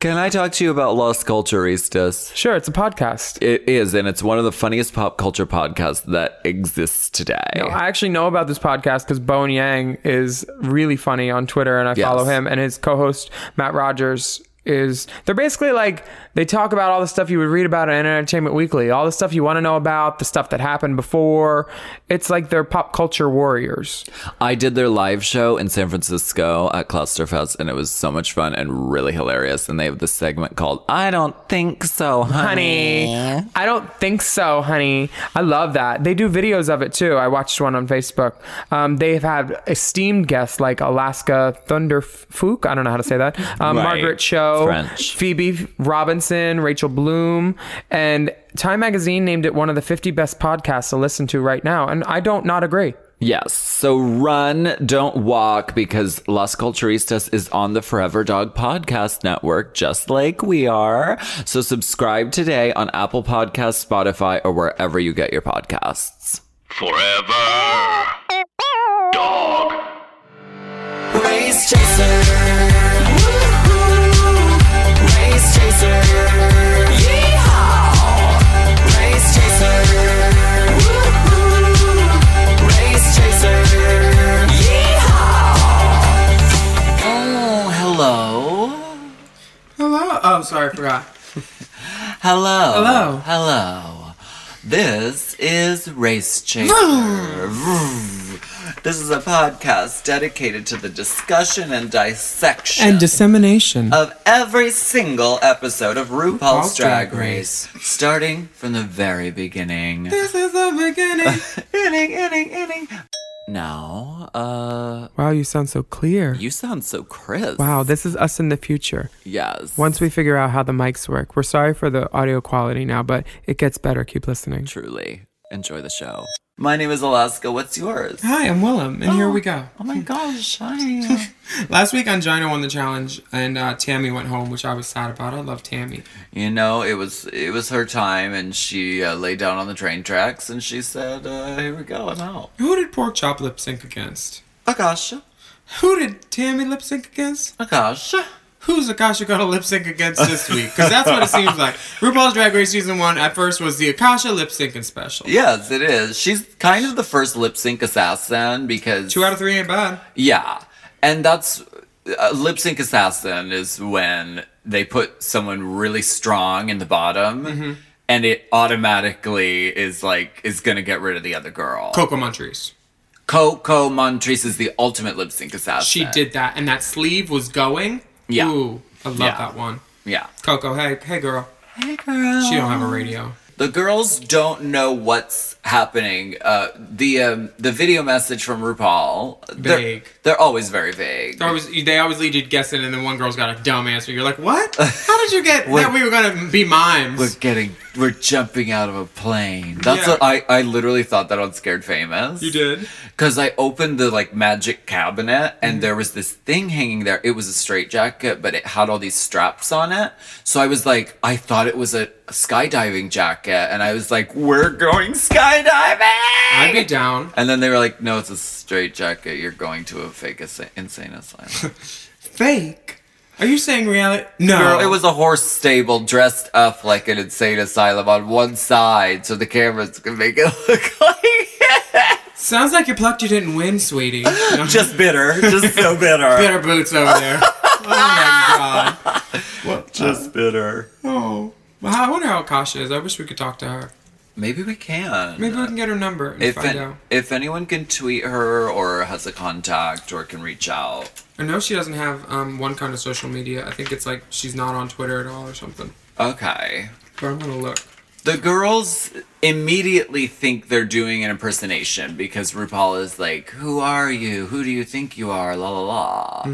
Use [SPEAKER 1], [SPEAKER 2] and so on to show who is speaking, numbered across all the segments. [SPEAKER 1] Can I talk to you about Los Culturistas?
[SPEAKER 2] Sure, it's a podcast.
[SPEAKER 1] It is, and it's one of the funniest pop culture podcasts that exists today.
[SPEAKER 2] No, I actually know about this podcast because Bone Yang is really funny on Twitter, and I
[SPEAKER 1] Yes.
[SPEAKER 2] follow him. And his co-host Matt Rogers is. They're basically like they talk about all the stuff you would read about in Entertainment Weekly, all the stuff you want to know about, the stuff that happened before. It's like they're pop culture warriors.
[SPEAKER 1] I did their live show in San Francisco at Clusterfest, and it was so much fun and really hilarious. And they have this segment called "I Don't Think So, Honey."
[SPEAKER 2] honey. I don't think so, honey. I love that. They do videos of it too. I watched one on Facebook. Um, they have had esteemed guests like Alaska Thunder Fook. I don't know how to say that. Um,
[SPEAKER 1] Right.
[SPEAKER 2] Margaret Cho,
[SPEAKER 1] French.
[SPEAKER 2] Phoebe Robinson, Rachel Bloom, and Time Magazine named it one of the 50 best podcasts to listen to right now. And I don't not agree.
[SPEAKER 1] Yes. So run, don't walk, because Las Culturistas is on the Forever Dog Podcast Network, just like we are. So subscribe today on Apple Podcasts, Spotify, or wherever you get your podcasts.
[SPEAKER 3] Forever. Dog.
[SPEAKER 4] Race chaser. Woo-hoo. Race chaser. Yeehaw. Race chaser. Woo-hoo. Race chaser. Yeehaw.
[SPEAKER 1] Oh, hello.
[SPEAKER 2] Hello. Oh, sorry, I forgot.
[SPEAKER 1] Hello.
[SPEAKER 2] Hello.
[SPEAKER 1] Hello. This is Race Chaser. Vroom. This is a podcast dedicated to the discussion and dissection
[SPEAKER 2] dissemination.
[SPEAKER 1] of every single episode of RuPaul's,
[SPEAKER 2] RuPaul's
[SPEAKER 1] Drag,
[SPEAKER 2] Drag
[SPEAKER 1] Race, starting from the very beginning.
[SPEAKER 2] this is the beginning.
[SPEAKER 1] inning, inning, inning. Now, uh,
[SPEAKER 2] wow, you sound so clear.
[SPEAKER 1] you sound so crisp.
[SPEAKER 2] Wow, this is us in the future.
[SPEAKER 1] Yes.
[SPEAKER 2] Once we figure out how the mics work, we're sorry for the audio quality now, but it gets better. Keep listening.
[SPEAKER 1] Truly. Enjoy the show. My name is Alaska. What's yours?
[SPEAKER 2] Hi, I'm Willem, and here we go.
[SPEAKER 1] Oh my gosh. Hi.
[SPEAKER 2] Last week on Gina won the challenge, and uh, Tammy went home, which I was sad about. I love Tammy.
[SPEAKER 1] you know, it was it was her time, and she uh, lay down on the train tracks, and she said, uh, "Here we go. I'm out."
[SPEAKER 2] Who did Pork Chop lip sync against?
[SPEAKER 1] Akasha.
[SPEAKER 2] Who did Tammy lip sync against?
[SPEAKER 1] Akasha.
[SPEAKER 2] Who's Akasha gonna lip sync against this week? Because that's what it seems like. RuPaul's Drag Race Season 1 at first was the Akasha lip syncing special.
[SPEAKER 1] Yes, it is. She's kind of the first lip sync assassin because
[SPEAKER 2] Two out of three ain't bad.
[SPEAKER 1] yeah, and that's uh, lip sync assassin is when they put someone really strong in the bottom,
[SPEAKER 2] Mm-hmm.
[SPEAKER 1] and it automatically is like is gonna get rid of the other girl.
[SPEAKER 2] Coco Montrese.
[SPEAKER 1] Coco Montrese is the ultimate lip sync assassin.
[SPEAKER 2] She did that, and that sleeve was going.
[SPEAKER 1] Yeah.
[SPEAKER 2] Ooh, I love
[SPEAKER 1] Yeah.
[SPEAKER 2] that one.
[SPEAKER 1] Yeah.
[SPEAKER 2] Coco, hey, hey, girl.
[SPEAKER 1] Hey girl.
[SPEAKER 2] She don't have a radio.
[SPEAKER 1] The girls don't know what's happening. Uh, the um, the video message from RuPaul. they're-
[SPEAKER 2] Vague.
[SPEAKER 1] They're, always very vague.
[SPEAKER 2] They always, they always lead you to guessing, and then one girl's got a dumb answer. You're like, what? How did you get
[SPEAKER 1] We're-
[SPEAKER 2] that we were gonna be
[SPEAKER 1] We're
[SPEAKER 2] mimes?
[SPEAKER 1] getting, we're jumping out of a plane. That's
[SPEAKER 2] Yeah.
[SPEAKER 1] what I, I literally thought that on Scared Famous.
[SPEAKER 2] You did.
[SPEAKER 1] Because I opened the like magic cabinet
[SPEAKER 2] Mm-hmm.
[SPEAKER 1] and there was this thing hanging there. It was a straight jacket, but it had all these straps on it. So I was like, I thought it was a skydiving jacket. And I was like, we're going skydiving.
[SPEAKER 2] I'd be down.
[SPEAKER 1] and then they were like, no, it's a straight jacket. You're going to a fake asa- insane asylum.
[SPEAKER 2] Fake? Are you saying reality? No.
[SPEAKER 1] Girl, it was a horse stable dressed up like an insane asylum on one side so the cameras could make it look like it.
[SPEAKER 2] Sounds like you plucked. You didn't win, sweetie. No.
[SPEAKER 1] Just bitter. Just so bitter.
[SPEAKER 2] bitter boots over there. oh my god.
[SPEAKER 1] Just bitter.
[SPEAKER 2] Oh. Well, I wonder how Akasha is. I wish we could talk to her.
[SPEAKER 1] Maybe we can.
[SPEAKER 2] Maybe we can get her number and
[SPEAKER 1] if,
[SPEAKER 2] find
[SPEAKER 1] an-
[SPEAKER 2] out.
[SPEAKER 1] if anyone can tweet her or has a contact or can reach out.
[SPEAKER 2] I know she doesn't have um, one kind of social media. I think it's like she's not on Twitter at all or something.
[SPEAKER 1] Okay.
[SPEAKER 2] But I'm gonna look.
[SPEAKER 1] The girls immediately think they're doing an impersonation because RuPaul is like, Who are you? Who do you think you are? La la la.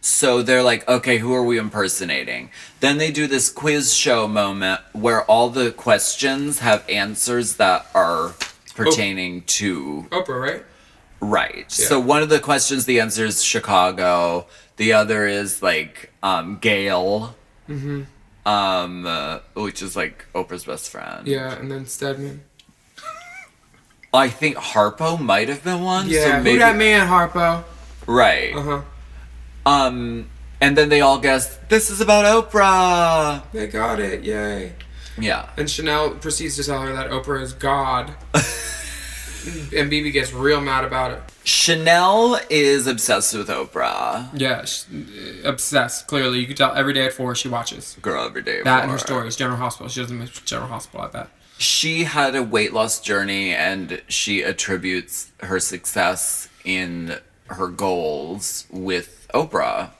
[SPEAKER 1] So they're like, Okay, who are we impersonating? Then they do this quiz show moment where all the questions have answers that are pertaining to
[SPEAKER 2] Oprah, right?
[SPEAKER 1] Right. So one of the questions, the answer is Chicago. The other is like um, Gail, um, uh, which is like Oprah's best friend.
[SPEAKER 2] Yeah, and then Stedman.
[SPEAKER 1] I think Harpo might have been one. so Uh-huh.
[SPEAKER 2] Yeah,
[SPEAKER 1] maybe,
[SPEAKER 5] Uh-huh.
[SPEAKER 2] who that man Harpo?
[SPEAKER 1] Right.
[SPEAKER 2] Uh huh.
[SPEAKER 1] Um, And then they all guess this is about Oprah.
[SPEAKER 5] They got it. Yay.
[SPEAKER 1] Yeah.
[SPEAKER 5] And Chanel proceeds to tell her that Oprah is God. and BB gets real mad about it.
[SPEAKER 1] Chanel is obsessed with Oprah.
[SPEAKER 5] Yeah, she's obsessed. Clearly, you can tell every day at four she watches
[SPEAKER 1] Girl every day.
[SPEAKER 5] that and her
[SPEAKER 1] before.
[SPEAKER 5] stories. General Hospital. She doesn't miss General Hospital at that.
[SPEAKER 1] She had a weight loss journey and she attributes her success in her goals with Oprah.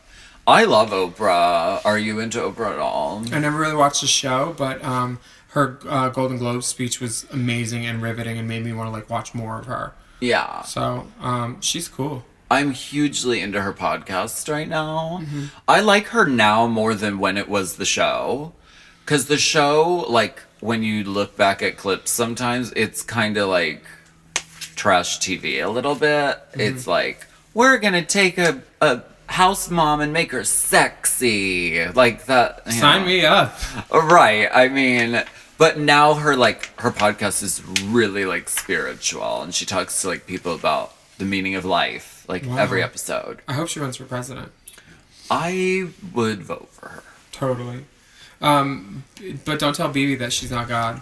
[SPEAKER 1] I love Oprah. Are you into Oprah at all?
[SPEAKER 5] I never really watched the show, but um, her uh, Golden Globe speech was amazing and riveting, and made me want to like watch more of her.
[SPEAKER 1] Yeah.
[SPEAKER 5] So um, she's cool.
[SPEAKER 1] I'm hugely into her podcast right now.
[SPEAKER 5] Mm-hmm.
[SPEAKER 1] I like her now more than when it was the show. Because the show, like, when you look back at clips, sometimes it's kind of like trash TV a little bit.
[SPEAKER 5] Mm-hmm.
[SPEAKER 1] It's like, we're going to take a, a house mom and make her sexy. Like that. you
[SPEAKER 5] Sign
[SPEAKER 1] know.
[SPEAKER 5] me up.
[SPEAKER 1] Right. I mean, but now her like her podcast is really like spiritual and she talks to like people about the meaning of life like every episode.
[SPEAKER 5] I hope she runs for president.
[SPEAKER 1] I would vote for her.
[SPEAKER 5] Totally. Um, but don't tell BB that she's not God.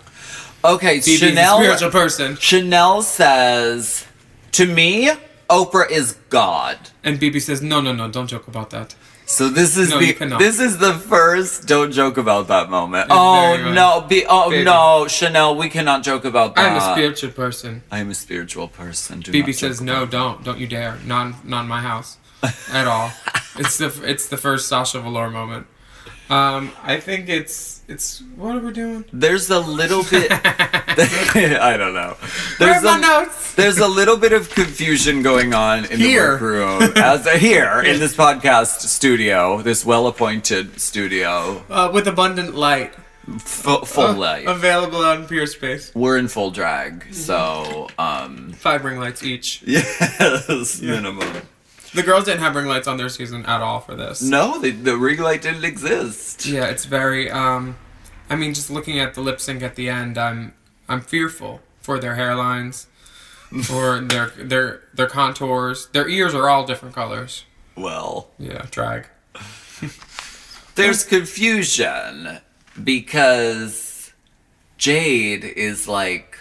[SPEAKER 1] Okay,
[SPEAKER 5] BB's a spiritual
[SPEAKER 1] Chanel
[SPEAKER 5] person,
[SPEAKER 1] Chanel says to me Oprah is God.
[SPEAKER 5] and BB says, "No, no, no, don't joke about that."
[SPEAKER 1] So this is
[SPEAKER 5] No, you
[SPEAKER 1] the
[SPEAKER 5] cannot.
[SPEAKER 1] this is the first don't joke about that moment.
[SPEAKER 5] You're
[SPEAKER 1] oh
[SPEAKER 5] very right.
[SPEAKER 1] no, be, oh
[SPEAKER 5] Baby.
[SPEAKER 1] no, Chanel, we cannot joke about that.
[SPEAKER 5] I'm a spiritual person.
[SPEAKER 1] I'm a spiritual person. Do Ah. not
[SPEAKER 5] BB
[SPEAKER 1] joke
[SPEAKER 5] says, "No, don't, don't you dare, not, not in my house, at all." it's the it's the first Sasha Valor moment. Um, I think it's it's what are we doing?
[SPEAKER 1] there's a little bit I don't know. There's
[SPEAKER 5] Where are
[SPEAKER 1] a,
[SPEAKER 5] my notes?
[SPEAKER 1] there's a little bit of confusion going on in
[SPEAKER 5] Here.
[SPEAKER 1] the workroom as here in this podcast studio, this well-appointed studio,
[SPEAKER 5] Uh, with abundant light,
[SPEAKER 1] fu- full light.
[SPEAKER 5] available on Pure Space,
[SPEAKER 1] We're in full drag, so um
[SPEAKER 5] five ring lights each.
[SPEAKER 1] yes, minimum.
[SPEAKER 5] The girls didn't have ring lights on their season at all for this.
[SPEAKER 1] No, the, the ring light didn't exist.
[SPEAKER 5] Yeah, it's very. Um, I mean, just looking at the lip sync at the end, I'm I'm fearful for their hairlines, for their their their contours. Their ears are all different colors.
[SPEAKER 1] Well,
[SPEAKER 5] Yeah, drag.
[SPEAKER 1] there's confusion because Jade is like,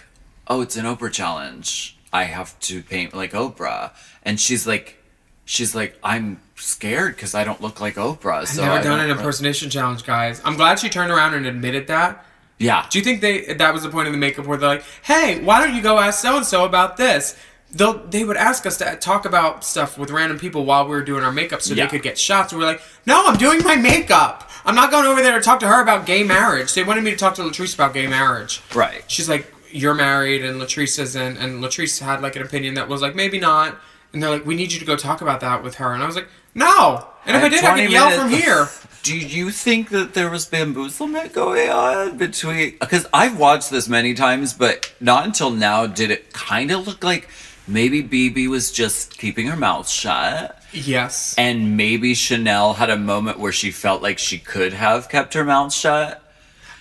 [SPEAKER 1] oh, it's an Oprah challenge. I have to paint like Oprah. And she's like, she's like, I'm scared because I don't look like Oprah. So
[SPEAKER 5] Never
[SPEAKER 1] I
[SPEAKER 5] done
[SPEAKER 1] don't
[SPEAKER 5] an
[SPEAKER 1] re-"
[SPEAKER 5] impersonation challenge, guys. I'm glad she turned around and admitted that.
[SPEAKER 1] Yeah.
[SPEAKER 5] Do you think they that was the point of the makeup where they're like, "Hey, why don't you go ask so and so about this?" They'll, they would ask us to talk about stuff with random people while we were doing our makeup so
[SPEAKER 1] Yeah.
[SPEAKER 5] they could get shots. And we're like, no, I'm doing my makeup. I'm not going over there to talk to her about gay marriage. They wanted me to talk to Latrice about gay marriage.
[SPEAKER 1] Right.
[SPEAKER 5] She's like, you're married, and Latrice isn't. And Latrice had like an opinion that was like, maybe not. And they're like, we need you to go talk about that with her. And I was like, no. And if I
[SPEAKER 1] And
[SPEAKER 5] did, I
[SPEAKER 1] 20
[SPEAKER 5] could yell
[SPEAKER 1] minutes-
[SPEAKER 5] from here.
[SPEAKER 1] Do you think that there was bamboozlement going on between? Because I've watched this many times, but not until now did it kind of look like maybe BB was just keeping her mouth shut.
[SPEAKER 5] Yes.
[SPEAKER 1] And maybe Chanel had a moment where she felt like she could have kept her mouth shut.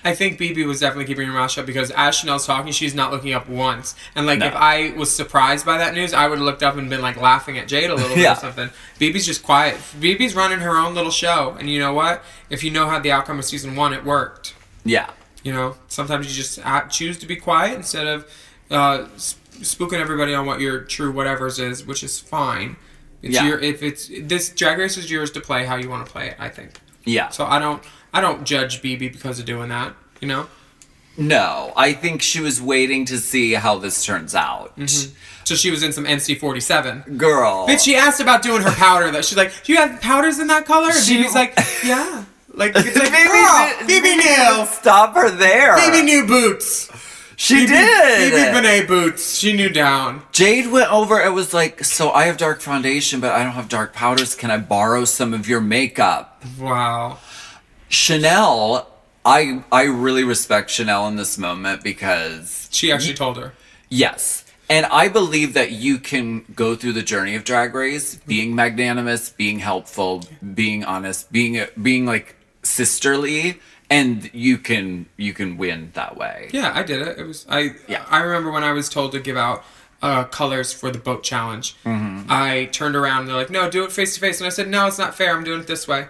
[SPEAKER 5] I think BB was definitely keeping her mouth shut because as Chanel's talking, she's not looking up once. And like,
[SPEAKER 1] No.
[SPEAKER 5] if I was surprised by that news, I would have looked up and been like laughing at Jade a little bit
[SPEAKER 1] Yeah.
[SPEAKER 5] or something. BB's just quiet. BB's running her own little show, and you know what? If you know how the outcome of season one, it worked.
[SPEAKER 1] Yeah.
[SPEAKER 5] You know, sometimes you just act, choose to be quiet instead of uh, sp- spooking everybody on what your true whatever's is, which is fine. It's
[SPEAKER 1] Yeah.
[SPEAKER 5] your if it's this Drag Race is yours to play how you want to play it. I think
[SPEAKER 1] Yeah.
[SPEAKER 5] so. I don't I don't judge BB because of doing that. You know.
[SPEAKER 1] no, I think she was waiting to see how this turns out.
[SPEAKER 5] So she was in some NC47.
[SPEAKER 1] Girl.
[SPEAKER 5] Mm-hmm. Bitch, she asked about doing her powder though. She's like, "Do you have powders in that color?" And
[SPEAKER 1] She-
[SPEAKER 5] BB's like, "Yeah." Like it's like,
[SPEAKER 1] Baby,
[SPEAKER 5] girl, BB knew.
[SPEAKER 1] Stop her there.
[SPEAKER 5] BB knew boots.
[SPEAKER 1] She
[SPEAKER 5] BB,
[SPEAKER 1] did.
[SPEAKER 5] BB Benet boots. She knew down.
[SPEAKER 1] Jade went over and was like, So I have dark foundation, but I don't have dark powders. Can I borrow some of your makeup?
[SPEAKER 5] Wow.
[SPEAKER 1] Chanel, I I really respect Chanel in this moment because
[SPEAKER 5] She actually told her.
[SPEAKER 1] Yes. And I believe that you can go through the journey of drag race being magnanimous, being helpful, being honest, being being like sisterly and you can you can win that way.
[SPEAKER 5] Yeah, I did it. It was I.
[SPEAKER 1] Yeah.
[SPEAKER 5] I remember when I was told to give out uh, colors for the
[SPEAKER 1] Mm-hmm.
[SPEAKER 5] boat challenge. I turned around. and They're like, "No, do it face to face," and I said, "No, it's not fair. I'm doing it this way."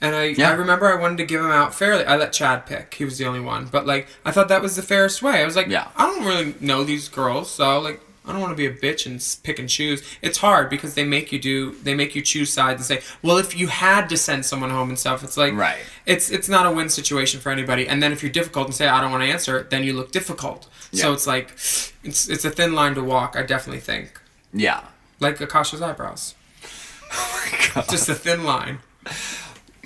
[SPEAKER 5] And I,
[SPEAKER 1] Yeah.
[SPEAKER 5] I remember I wanted to give him out fairly. I let Chad pick. He was the only one. But like I thought that was the fairest way. I was like,
[SPEAKER 1] Yeah.
[SPEAKER 5] I don't really know these girls, so like I don't want to be a bitch and s- pick and choose. It's hard because they make you do they make you choose sides and say, "Well, if you had to send someone home and stuff." It's like
[SPEAKER 1] Right.
[SPEAKER 5] It's it's not a win situation for anybody. And then if you're difficult and say, "I don't want to answer," then you look difficult. So
[SPEAKER 1] Yeah.
[SPEAKER 5] it's like it's it's a thin line to walk, I definitely think.
[SPEAKER 1] Yeah.
[SPEAKER 5] Like Akasha's eyebrows.
[SPEAKER 1] Oh
[SPEAKER 5] Just a thin line.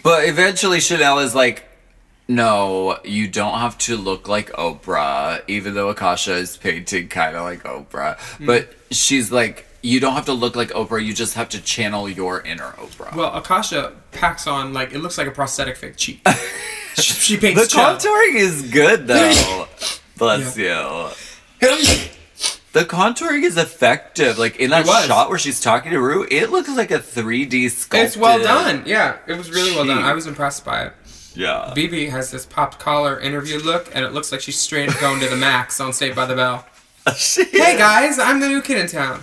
[SPEAKER 1] But eventually Chanel is like, no, you don't have to look like Oprah, even though Akasha is painting kind of like Oprah. But she's like, you don't have to look like Oprah, you just have to channel your inner Oprah.
[SPEAKER 5] Well, Akasha packs on like it looks like a prosthetic fake cheek. she, she paints
[SPEAKER 1] the
[SPEAKER 5] chill.
[SPEAKER 1] contouring is good though. Bless you. The contouring is effective. Like in that
[SPEAKER 5] was.
[SPEAKER 1] shot where she's talking to Rue, it looks like a 3D sculpted.
[SPEAKER 5] it's well done. Yeah, it was really well done.
[SPEAKER 1] Cheek.
[SPEAKER 5] I was impressed by it.
[SPEAKER 1] Yeah.
[SPEAKER 5] BB has this popped collar interview look, and it looks like she's straight up going to the max on Saved by the Bell. Hey guys, I'm the new kid in town.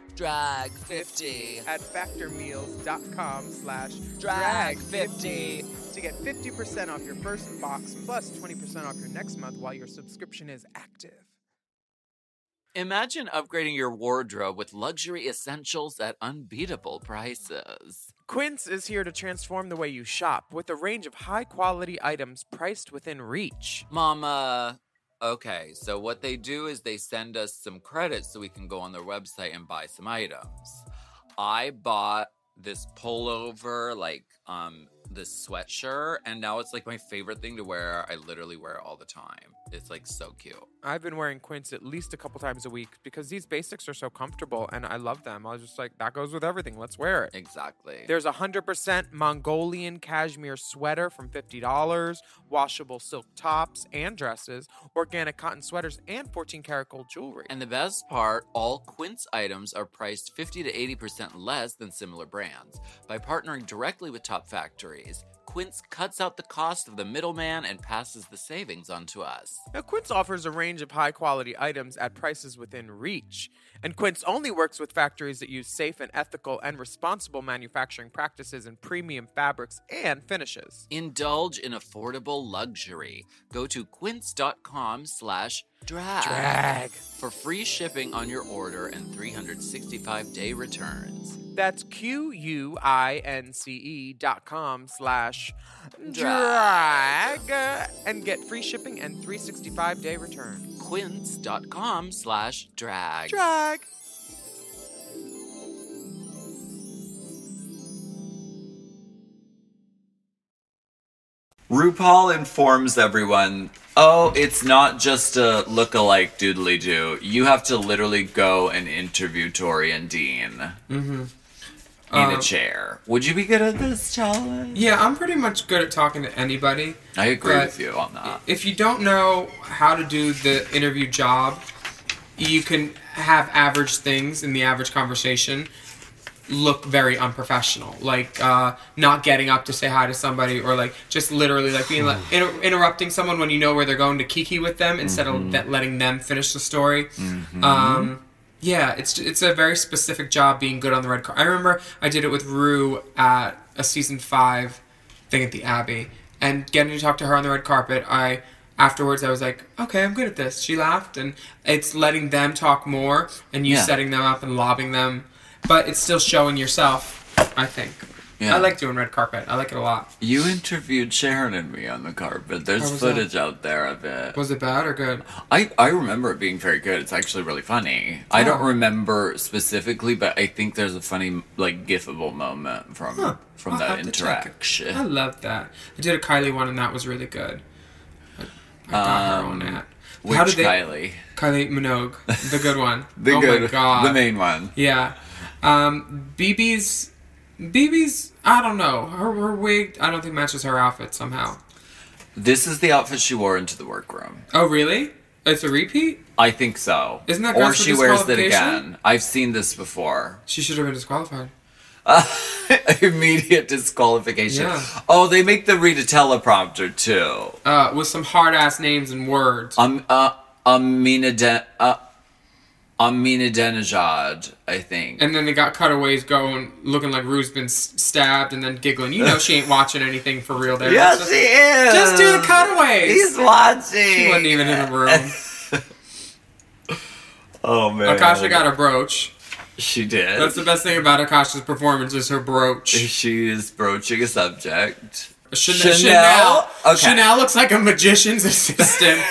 [SPEAKER 6] Drag 50.
[SPEAKER 2] at factormeals.com slash drag
[SPEAKER 6] Drag 50.
[SPEAKER 2] 50 to get 50% off your first box plus 20% off your next month while your subscription is active.
[SPEAKER 6] Imagine upgrading your wardrobe with luxury essentials at unbeatable prices.
[SPEAKER 2] Quince is here to transform the way you shop with a range of high quality items priced within reach.
[SPEAKER 1] Mama. Okay, so what they do is they send us some credits so we can go on their website and buy some items. I bought this pullover, like um this sweatshirt, and now it's like my favorite thing to wear. I literally wear it all the time. It's like so cute.
[SPEAKER 2] I've been wearing Quince at least a couple times a week because these basics are so comfortable and I love them. I was just like, that goes with everything. Let's wear it.
[SPEAKER 1] Exactly.
[SPEAKER 2] There's a 100% Mongolian cashmere sweater from $50, washable silk tops and dresses, organic cotton sweaters, and 14 karat gold jewelry.
[SPEAKER 1] and the best part, all Quince items are priced 50 to 80% less than similar brands. By partnering directly with top factories, Quince cuts out the cost of the middleman and passes the savings on to us.
[SPEAKER 2] Now, Quince offers a range of high quality items at prices within reach. And Quince only works with factories that use safe and ethical and responsible manufacturing practices and premium fabrics and finishes.
[SPEAKER 1] Indulge in affordable luxury. Go to quince.com slash drag,
[SPEAKER 2] Drag.
[SPEAKER 1] for free shipping on your order and 365 day returns.
[SPEAKER 2] That's Q U I N C E dot com slash
[SPEAKER 1] Drag.
[SPEAKER 2] drag uh, and get free shipping and 365 day return.
[SPEAKER 1] quince.com slash drag.
[SPEAKER 2] Drag.
[SPEAKER 1] RuPaul informs everyone, oh, it's not just a look-alike doodly-doo. You have to literally go and interview Tori and Dean
[SPEAKER 5] Mm-hmm.
[SPEAKER 1] in
[SPEAKER 5] Um,
[SPEAKER 1] a chair. Would you be good at this challenge?
[SPEAKER 5] Yeah, I'm pretty much good at talking to anybody.
[SPEAKER 1] I agree
[SPEAKER 5] But-
[SPEAKER 1] with you on that.
[SPEAKER 5] If you don't know how to do the interview job, you can have average things in the average conversation look very unprofessional. Like uh, not getting up to say hi to somebody, or like just literally like being like inter- interrupting someone when you know where they're going to kiki with them instead of that letting them finish the story. Um, yeah, it's it's a very specific job being good on the red carpet. I remember I did it with Rue at a season five thing at the Abbey, and getting to talk to her on the red carpet, I afterwards I was like, okay, I'm good at this. She laughed, and it's letting them talk more and you
[SPEAKER 1] Yeah.
[SPEAKER 5] setting them up and lobbing them, but it's still showing yourself. I think.
[SPEAKER 1] Yeah.
[SPEAKER 5] I like doing red carpet. I like it a lot.
[SPEAKER 1] You interviewed Sharon and me on the carpet. There's
[SPEAKER 5] How was that?
[SPEAKER 1] footage out there of it.
[SPEAKER 5] Was it bad or good?
[SPEAKER 1] I, I remember it being very good. It's actually really funny. I don't
[SPEAKER 5] Oh.
[SPEAKER 1] remember specifically, but I think there's a funny like gifable moment from
[SPEAKER 5] Huh.
[SPEAKER 1] from
[SPEAKER 5] I'll
[SPEAKER 1] that
[SPEAKER 5] have to check it.
[SPEAKER 1] interaction.
[SPEAKER 5] I love that. I did a Kylie one and that was really good. I, I got her on that.
[SPEAKER 1] Um, Which
[SPEAKER 5] How did they,
[SPEAKER 1] Kylie?
[SPEAKER 5] Kylie Minogue, the good one.
[SPEAKER 1] The
[SPEAKER 5] oh
[SPEAKER 1] good,
[SPEAKER 5] my god.
[SPEAKER 1] the main one.
[SPEAKER 5] Yeah. Um, BB's, BB's. I don't know. Her her wig. I don't think matches her outfit somehow.
[SPEAKER 1] This is the outfit she wore into the workroom.
[SPEAKER 5] Oh really? It's a repeat.
[SPEAKER 1] I think so.
[SPEAKER 5] Isn't that
[SPEAKER 1] or
[SPEAKER 5] grounds for
[SPEAKER 1] she wears it
[SPEAKER 5] disqualification?
[SPEAKER 1] again? I've seen this before.
[SPEAKER 5] She should have been disqualified.
[SPEAKER 1] Immediate disqualification.
[SPEAKER 5] Yeah.
[SPEAKER 1] Oh, they make them read a teleprompter too.
[SPEAKER 5] Uh, with some hard ass names and words.
[SPEAKER 1] Um, uh, Amina De- uh, Amina Denejad, I think.
[SPEAKER 5] and then they got cutaways going, looking like Rue's been s- stabbed, and then giggling. You know she ain't watching anything for real. There.
[SPEAKER 1] yes,
[SPEAKER 5] Just-
[SPEAKER 1] he is.
[SPEAKER 5] Just do the cutaways.
[SPEAKER 1] He's watching.
[SPEAKER 5] She wasn't even in the room.
[SPEAKER 1] Oh man.
[SPEAKER 5] Akasha got a brooch.
[SPEAKER 1] She did.
[SPEAKER 5] That's the best thing about Akasha's performance is her brooch.
[SPEAKER 1] She is broaching a subject.
[SPEAKER 5] Chanel.
[SPEAKER 1] Chanel?
[SPEAKER 5] Chanel,
[SPEAKER 1] Okay.
[SPEAKER 5] Chanel looks like a magician's assistant.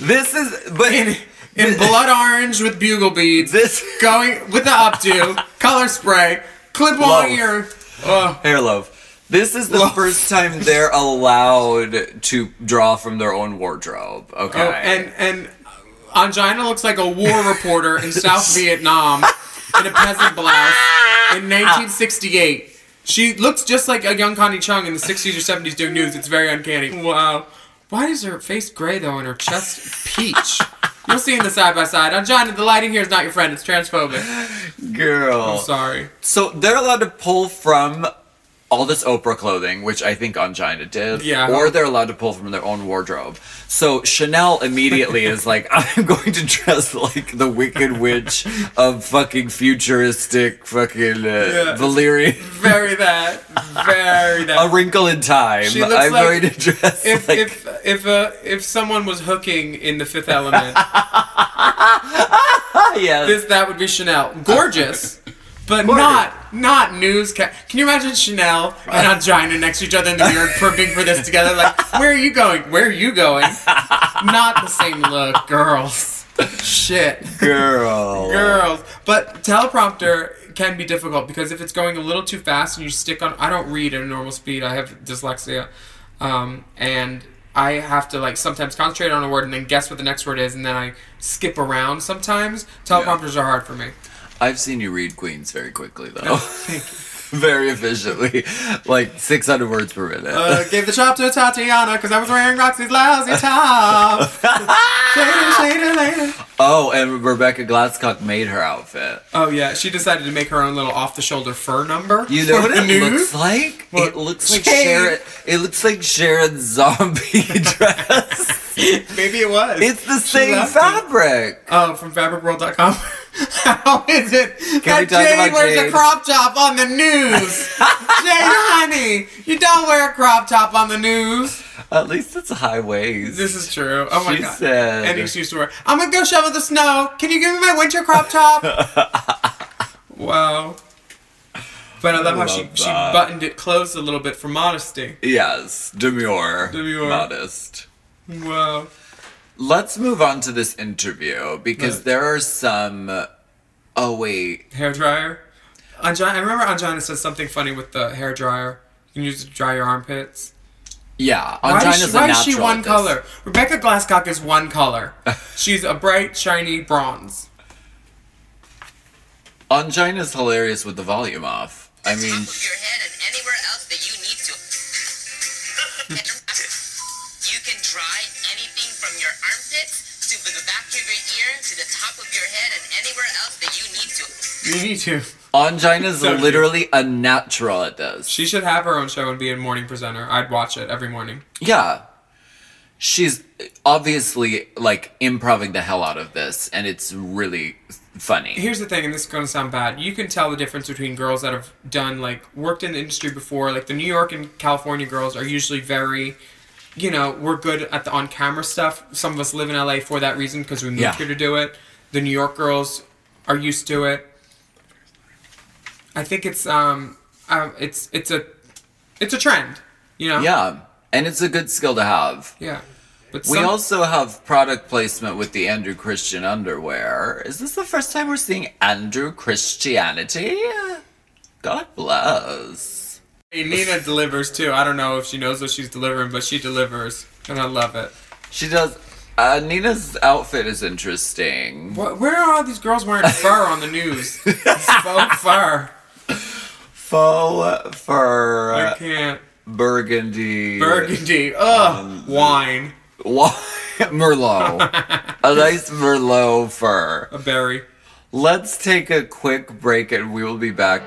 [SPEAKER 1] This is, but
[SPEAKER 5] in, in blood orange with bugle beads.
[SPEAKER 1] This-
[SPEAKER 5] going with the updo, color spray, clip
[SPEAKER 1] Loaf.
[SPEAKER 5] on ear. Oh,
[SPEAKER 1] hair love. This is the
[SPEAKER 5] Loaf.
[SPEAKER 1] first time they're allowed to draw from their own wardrobe. Okay.
[SPEAKER 5] oh, and and Angina looks like a war reporter in South Vietnam in a peasant blouse
[SPEAKER 1] Ah.
[SPEAKER 5] in 1968. She looks just like a young Connie Chung in the 60s or 70s doing news. It's very uncanny. Wow. Why is her face gray though and her chest peach? You'll see in the side by side. Angina, the lighting here is not your friend. It's transphobic.
[SPEAKER 1] girl.
[SPEAKER 5] I'm sorry.
[SPEAKER 1] So they're allowed to pull from all this Oprah clothing, which I think Angina did.
[SPEAKER 5] Yeah.
[SPEAKER 1] Or they're allowed to pull from their own wardrobe. So Chanel immediately is like, I'm going to dress like the Wicked Witch of fucking futuristic fucking uh, Valyrian.
[SPEAKER 5] Very that. Very that.
[SPEAKER 1] A Wrinkle in Time.
[SPEAKER 5] She looks
[SPEAKER 1] I'm
[SPEAKER 5] like-
[SPEAKER 1] going to dress
[SPEAKER 5] if
[SPEAKER 1] like.
[SPEAKER 5] if if uh, if someone was hooking in the Fifth Element,
[SPEAKER 1] yes.
[SPEAKER 5] this that would be Chanel. Gorgeous, but not not newscast. Can you imagine Chanel and Angina next to each other in the mirror, primping for this together? Like, where are you going? Where are you going? Not the same look, girls. Shit,
[SPEAKER 1] girl.
[SPEAKER 5] girls. But teleprompter can be difficult because if it's going a little too fast and you stick on, I don't read at a normal speed. I have dyslexia, um, and I have to like sometimes concentrate on a word and then guess what the next word is, and then I skip around sometimes. Teleprompters are hard for me.
[SPEAKER 1] I've seen you read Queens very quickly, though. very efficiently. Like 600 words per minute.
[SPEAKER 5] Uh, gave the chop to Tatiana because I was wearing Roxy's lousy top. Later, later, later.
[SPEAKER 1] oh, and Rebecca Glasscock made her outfit.
[SPEAKER 5] Oh yeah, she decided to make her own little off-the-shoulder fur number.
[SPEAKER 1] You know
[SPEAKER 5] for
[SPEAKER 1] what
[SPEAKER 5] the
[SPEAKER 1] it
[SPEAKER 5] news.
[SPEAKER 1] looks like?
[SPEAKER 5] What?
[SPEAKER 1] It looks like
[SPEAKER 5] Shade.
[SPEAKER 1] Sharon. It looks like Sharon's zombie dress.
[SPEAKER 5] Maybe it was.
[SPEAKER 1] It's the same
[SPEAKER 5] left it.
[SPEAKER 1] fabric.
[SPEAKER 5] Oh, from FabricWorld.com. How is it
[SPEAKER 1] we
[SPEAKER 5] that
[SPEAKER 1] talk
[SPEAKER 5] Jade
[SPEAKER 1] about
[SPEAKER 5] wears
[SPEAKER 1] Jade?
[SPEAKER 5] a crop top on the news? Jade, honey, you don't wear a crop top on the news.
[SPEAKER 1] At least it's high waist.
[SPEAKER 5] This is true. Oh my
[SPEAKER 1] She
[SPEAKER 5] god.
[SPEAKER 1] said-
[SPEAKER 5] Any excuse to wear. I'm gonna go shovel the snow. Can you give me my winter crop top? wow. But I love, how she,
[SPEAKER 1] love
[SPEAKER 5] she
[SPEAKER 1] that.
[SPEAKER 5] buttoned it closed a little bit for modesty.
[SPEAKER 1] Yes, demure,
[SPEAKER 5] Demure.
[SPEAKER 1] modest.
[SPEAKER 5] Wow.
[SPEAKER 1] Let's move on to this interview because
[SPEAKER 5] Right.
[SPEAKER 1] there are some. Oh wait,
[SPEAKER 5] Hair dryer. Anjana, I remember Anjana said something funny with the hair dryer. You can use it to dry your armpits.
[SPEAKER 1] yeah,
[SPEAKER 5] Why is,
[SPEAKER 1] Angina's
[SPEAKER 5] she,
[SPEAKER 1] a
[SPEAKER 5] why is she
[SPEAKER 1] natural
[SPEAKER 5] one
[SPEAKER 1] at this.
[SPEAKER 5] color? Rebecca Glasscock is one color. She's a bright, shiny bronze.
[SPEAKER 1] Angina's hilarious with the volume off. I mean,
[SPEAKER 7] top of your head and anywhere else that you need to. you can dry anything from your armpits to the back of your ear to the top of your head and anywhere else that you need to.
[SPEAKER 5] You need to.
[SPEAKER 1] Angina's
[SPEAKER 5] So cute.
[SPEAKER 1] literally a natural at this.
[SPEAKER 5] She should have her own show and be a morning presenter. I'd watch it every morning.
[SPEAKER 1] Yeah. She's obviously like improving the hell out of this, and it's really funny.
[SPEAKER 5] here's the thing, and this is going to sound bad. You can tell the difference between girls that have done like worked in the industry before. Like the New York and California girls are usually very, you know, we're good at the on camera stuff. Some of us live in LA for that reason because we moved
[SPEAKER 1] Yeah.
[SPEAKER 5] here to do it. The New York girls are used to it. I think it's um, um it's it's a, it's a trend, you know.
[SPEAKER 1] Yeah, and it's a good skill to have.
[SPEAKER 5] Yeah. But
[SPEAKER 1] We
[SPEAKER 5] some-
[SPEAKER 1] also have product placement with the Andrew Christian underwear. Is this the first time we're seeing Andrew Christianity? God bless.
[SPEAKER 5] Hey, Nina delivers too. I don't know if she knows what she's delivering, but she delivers, and I love it.
[SPEAKER 1] She does. Uh, Nina's outfit is interesting.
[SPEAKER 5] What, where are all these girls wearing fur on the news? Faux fur.
[SPEAKER 1] Faux fur,
[SPEAKER 5] I can't.
[SPEAKER 1] burgundy,
[SPEAKER 5] Burgundy. Ugh. Wine.
[SPEAKER 1] Why- merlot, a nice merlot fur.
[SPEAKER 5] A berry.
[SPEAKER 1] Let's take a quick break, and we will be back.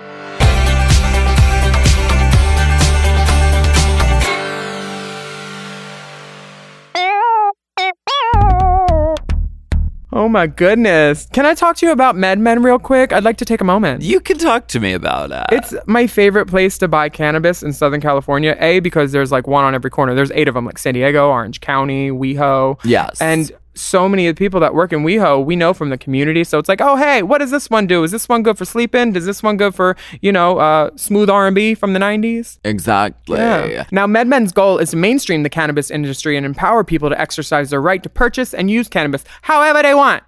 [SPEAKER 2] Oh my goodness. Can I talk to you about Mad Men real quick? I'd like to take a moment.
[SPEAKER 1] You can talk to me about it.
[SPEAKER 2] It's my favorite place to buy cannabis in Southern California. A, because there's like one on every corner. There's eight of them, like San Diego, Orange County, WeHo.
[SPEAKER 1] Yes.
[SPEAKER 2] And so many of the people that work in WeHo, we know from the community. So it's like, oh hey, what does this one do? Is this one good for sleeping? Does this one good for you know uh, smooth R and B from the '90s?
[SPEAKER 1] exactly.
[SPEAKER 2] Yeah. Now, MedMen's goal is to mainstream the cannabis industry and empower people to exercise their right to purchase and use cannabis however they want.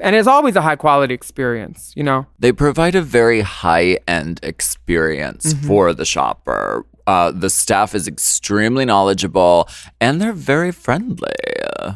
[SPEAKER 2] And it's always a high quality experience, you know?
[SPEAKER 1] They provide a very high end experience
[SPEAKER 2] Mm-hmm.
[SPEAKER 1] for the shopper. Uh, the staff is extremely knowledgeable and they're very friendly.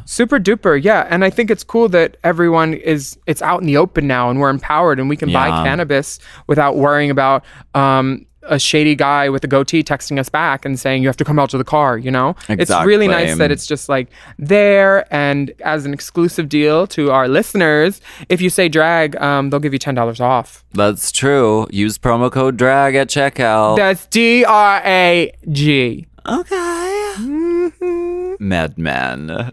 [SPEAKER 2] Super duper, yeah. And I think it's cool that everyone is, it's out in the open now and we're empowered and we can buy
[SPEAKER 1] Yeah.
[SPEAKER 2] cannabis without worrying about, um, a shady guy with a goatee texting us back and saying you have to come out to the car you know it's really
[SPEAKER 1] Exactly.
[SPEAKER 2] nice that it's just like there and as an exclusive deal to our listeners if you say drag um, they'll give you $10 off
[SPEAKER 1] That's true. Use promo code DRAG at checkout.
[SPEAKER 2] That's D R A G.
[SPEAKER 1] okay.
[SPEAKER 2] Mm-hmm.
[SPEAKER 1] Madmen.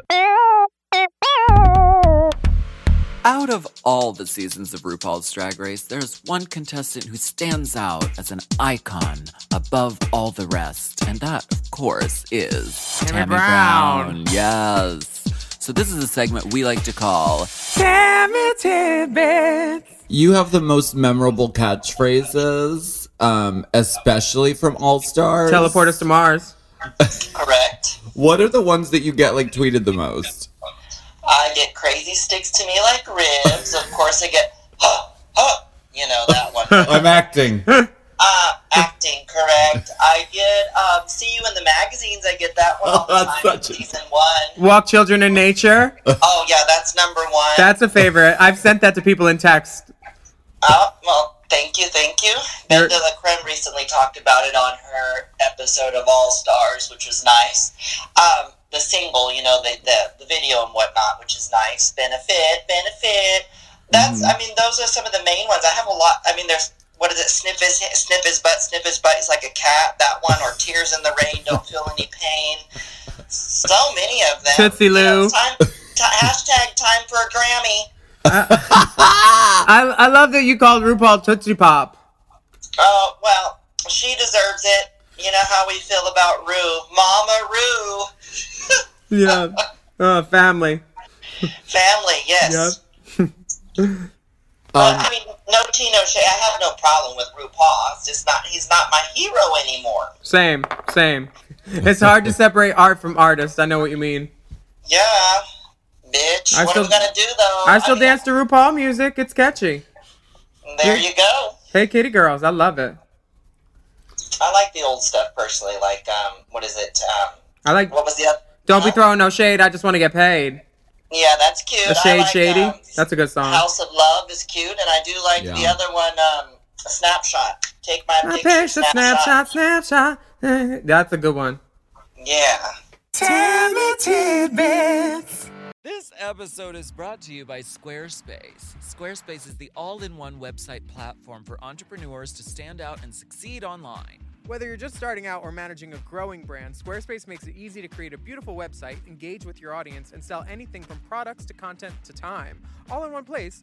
[SPEAKER 1] Out of all the seasons of RuPaul's Drag Race, there's one contestant who stands out as an icon above all the rest, and that, of course, is Tammy, Brown. Yes. So this is a segment we like to call you have the most memorable catchphrases, um, especially from All Stars.
[SPEAKER 5] Teleport us to Mars.
[SPEAKER 8] Correct.
[SPEAKER 9] What are the ones that you get like tweeted the most?
[SPEAKER 8] I get crazy sticks to me like ribs. of course, I get, huh, huh, you know, that one.
[SPEAKER 9] I'm acting.
[SPEAKER 8] Uh, acting, correct. I get, um, see you in the magazines. I get that one all the
[SPEAKER 9] That's
[SPEAKER 8] time.
[SPEAKER 9] such a-
[SPEAKER 8] Season one.
[SPEAKER 5] Walk children in nature.
[SPEAKER 8] Oh, yeah, that's number one.
[SPEAKER 5] That's a favorite. I've sent that to people in text.
[SPEAKER 8] Uh, well, thank you, thank you. Benda the Creme recently talked about it on her episode of All Stars, which was nice. Um, the single, you know, the, the, the video and whatnot, which is nice. Benefit, benefit. That's,
[SPEAKER 5] Mm-hmm.
[SPEAKER 8] I mean, those are some of the main ones. I have a lot. I mean, there's, what is it? Sniff his, sniff his butt, sniff his butt. He's like a cat, that one, or tears in the rain, don't feel any pain. So many of them.
[SPEAKER 5] Tootsie
[SPEAKER 8] You know,
[SPEAKER 5] Lou.
[SPEAKER 8] time, ti- hashtag time for a Grammy.
[SPEAKER 5] I, I love that you called RuPaul Tootsie Pop.
[SPEAKER 8] Oh, well, she deserves it. You know how we feel about Rue. Mama Rue.
[SPEAKER 5] Yeah. Oh, family.
[SPEAKER 8] Family, yes. But, I mean, no Tino Shay. I have no problem with RuPaul. It's just not, he's not my hero anymore.
[SPEAKER 5] Same, same. It's hard to separate art from artist. I know what you mean.
[SPEAKER 8] Yeah, bitch.
[SPEAKER 5] I
[SPEAKER 8] what
[SPEAKER 5] still-
[SPEAKER 8] am I going to do, though?
[SPEAKER 5] I still
[SPEAKER 8] mean,
[SPEAKER 5] dance to RuPaul music. It's catchy.
[SPEAKER 8] There you go.
[SPEAKER 5] Hey, kitty girls. I love it.
[SPEAKER 8] I like the old stuff personally. Like, um, what is it? Um,
[SPEAKER 5] I like.
[SPEAKER 8] what was the other?
[SPEAKER 5] Don't be throwing no shade. I just want to get paid.
[SPEAKER 8] Yeah, that's cute.
[SPEAKER 5] The
[SPEAKER 8] I
[SPEAKER 5] shade
[SPEAKER 8] like,
[SPEAKER 5] shady.
[SPEAKER 8] um,
[SPEAKER 5] That's a good song.
[SPEAKER 8] House of Love is cute, and I do like the other one, um, Snapshot. Take my,
[SPEAKER 5] My
[SPEAKER 8] picture,
[SPEAKER 5] picture, snapshot, snapshot. eh, That's a good one.
[SPEAKER 8] Yeah.
[SPEAKER 10] This episode is brought to you by Squarespace. Squarespace is the all in one website platform for entrepreneurs to stand out and succeed online.
[SPEAKER 2] Whether you're just starting out or managing a growing brand, Squarespace makes it easy to create a beautiful website, engage with your audience, and sell anything from products to content to time, all in one place,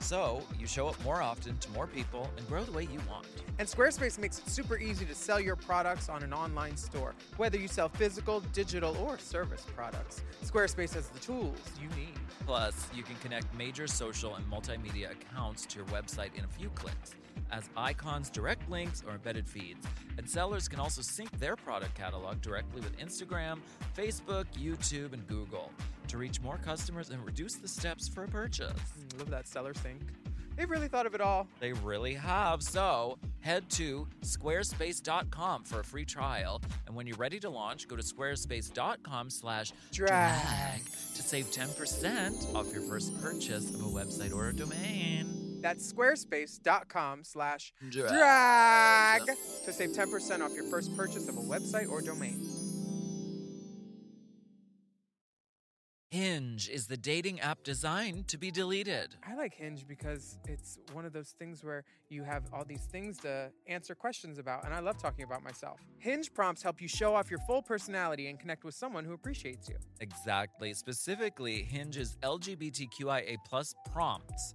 [SPEAKER 1] So you show up more often to more people and grow the way you want.
[SPEAKER 2] And Squarespace makes it super easy to sell your products on an online store, whether you sell physical, digital, or service products. Squarespace has the tools you need.
[SPEAKER 1] Plus, you can connect major social and multimedia accounts to your website in a few clicks as icons, direct links, or embedded feeds. And sellers can also sync their product catalog directly with Instagram, Facebook, YouTube, and Google to reach more customers and reduce the steps for a purchase.
[SPEAKER 2] I love Mm, that seller sync. They've really thought of it all.
[SPEAKER 1] They really have. So, head to squarespace.com for a free trial, and when you're ready to launch, go to squarespace.com/drag to save 10% off your first purchase of a website or a domain.
[SPEAKER 2] That's squarespace.com slash
[SPEAKER 1] Drag.
[SPEAKER 2] drag to save 10% off your first purchase of a website or domain.
[SPEAKER 1] Hinge is the dating app designed to be deleted.
[SPEAKER 2] I like Hinge because it's one of those things where you have all these things to answer questions about, and I love talking about myself. Hinge prompts help you show off your full personality and connect with someone who appreciates you.
[SPEAKER 1] Exactly. Specifically, Hinge's LGBTQIA prompts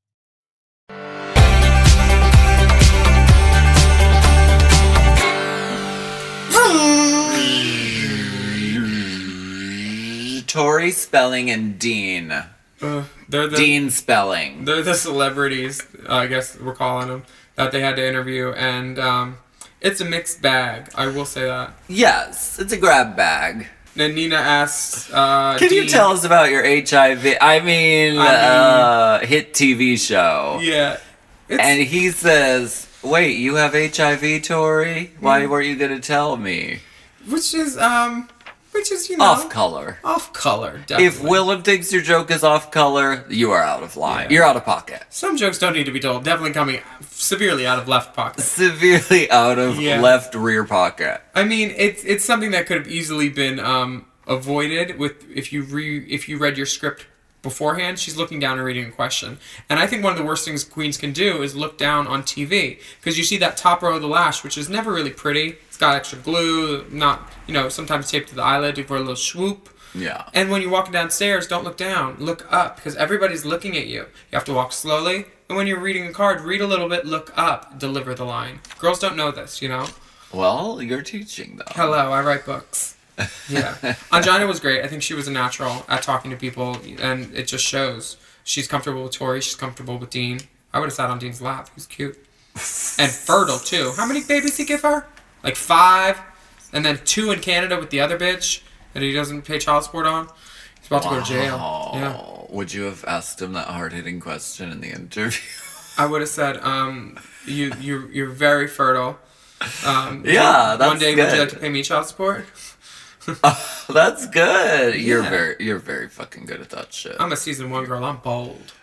[SPEAKER 11] Tori Spelling and Dean.
[SPEAKER 5] Uh, they're the
[SPEAKER 11] Dean Spelling.
[SPEAKER 5] they're the celebrities, uh, I guess we're calling them, that they had to interview, and um, it's a mixed bag. I will say that.
[SPEAKER 11] Yes, it's a grab bag.
[SPEAKER 5] Then Nina asks, uh,
[SPEAKER 11] Can you
[SPEAKER 5] Dean-
[SPEAKER 11] tell us about your HIV? I mean, uh, hit TV show.
[SPEAKER 5] Yeah, it's,
[SPEAKER 11] And he says, Wait, you have HIV, Tori? Why
[SPEAKER 5] Hmm.
[SPEAKER 11] weren't you going to tell me?
[SPEAKER 5] which is um, which is you know
[SPEAKER 11] Off color.
[SPEAKER 5] off color. Definitely.
[SPEAKER 11] If Willem thinks your joke is off color, you are out of line.
[SPEAKER 5] Yeah.
[SPEAKER 11] You're out of pocket.
[SPEAKER 5] some jokes don't need to be told, definitely coming severely out of left pocket.
[SPEAKER 11] Severely out of
[SPEAKER 5] Yeah.
[SPEAKER 11] left rear pocket.
[SPEAKER 5] I mean, it's it's something that could have easily been um, avoided with if you re if you read your script beforehand. She's looking down and reading a question, and I think one of the worst things queens can do is look down on TV because you see that top row of the lash, which is never really pretty. It's got extra glue, not you know sometimes taped to the eyelid for a little swoop.
[SPEAKER 11] Yeah.
[SPEAKER 5] And when you're walking downstairs, don't look down. Look up because everybody's looking at you. You have to walk slowly. And when you're reading a card, read a little bit, look up, deliver the line. Girls don't know this, you know?
[SPEAKER 11] Well, you're teaching, though.
[SPEAKER 5] Hello, I write books. Yeah. Anjana was great. I think she was a natural at talking to people, and it just shows. She's comfortable with Tori, she's comfortable with Dean. I would have sat on Dean's lap. He's cute. And fertile, too. How many babies he give her? Like five, and then two in Canada with the other bitch that he doesn't pay child support on. He's about to go to jail. Yeah.
[SPEAKER 11] Oh, Would you have asked him that hard hitting question in the interview?
[SPEAKER 5] I would have said, um, you, you, you're very fertile. Um,
[SPEAKER 11] Yeah, that's
[SPEAKER 5] One day, would
[SPEAKER 11] good.
[SPEAKER 5] you like to pay me child support?
[SPEAKER 1] That's good. You're very you're very fucking good at that shit.
[SPEAKER 5] I'm a season one girl. I'm bold.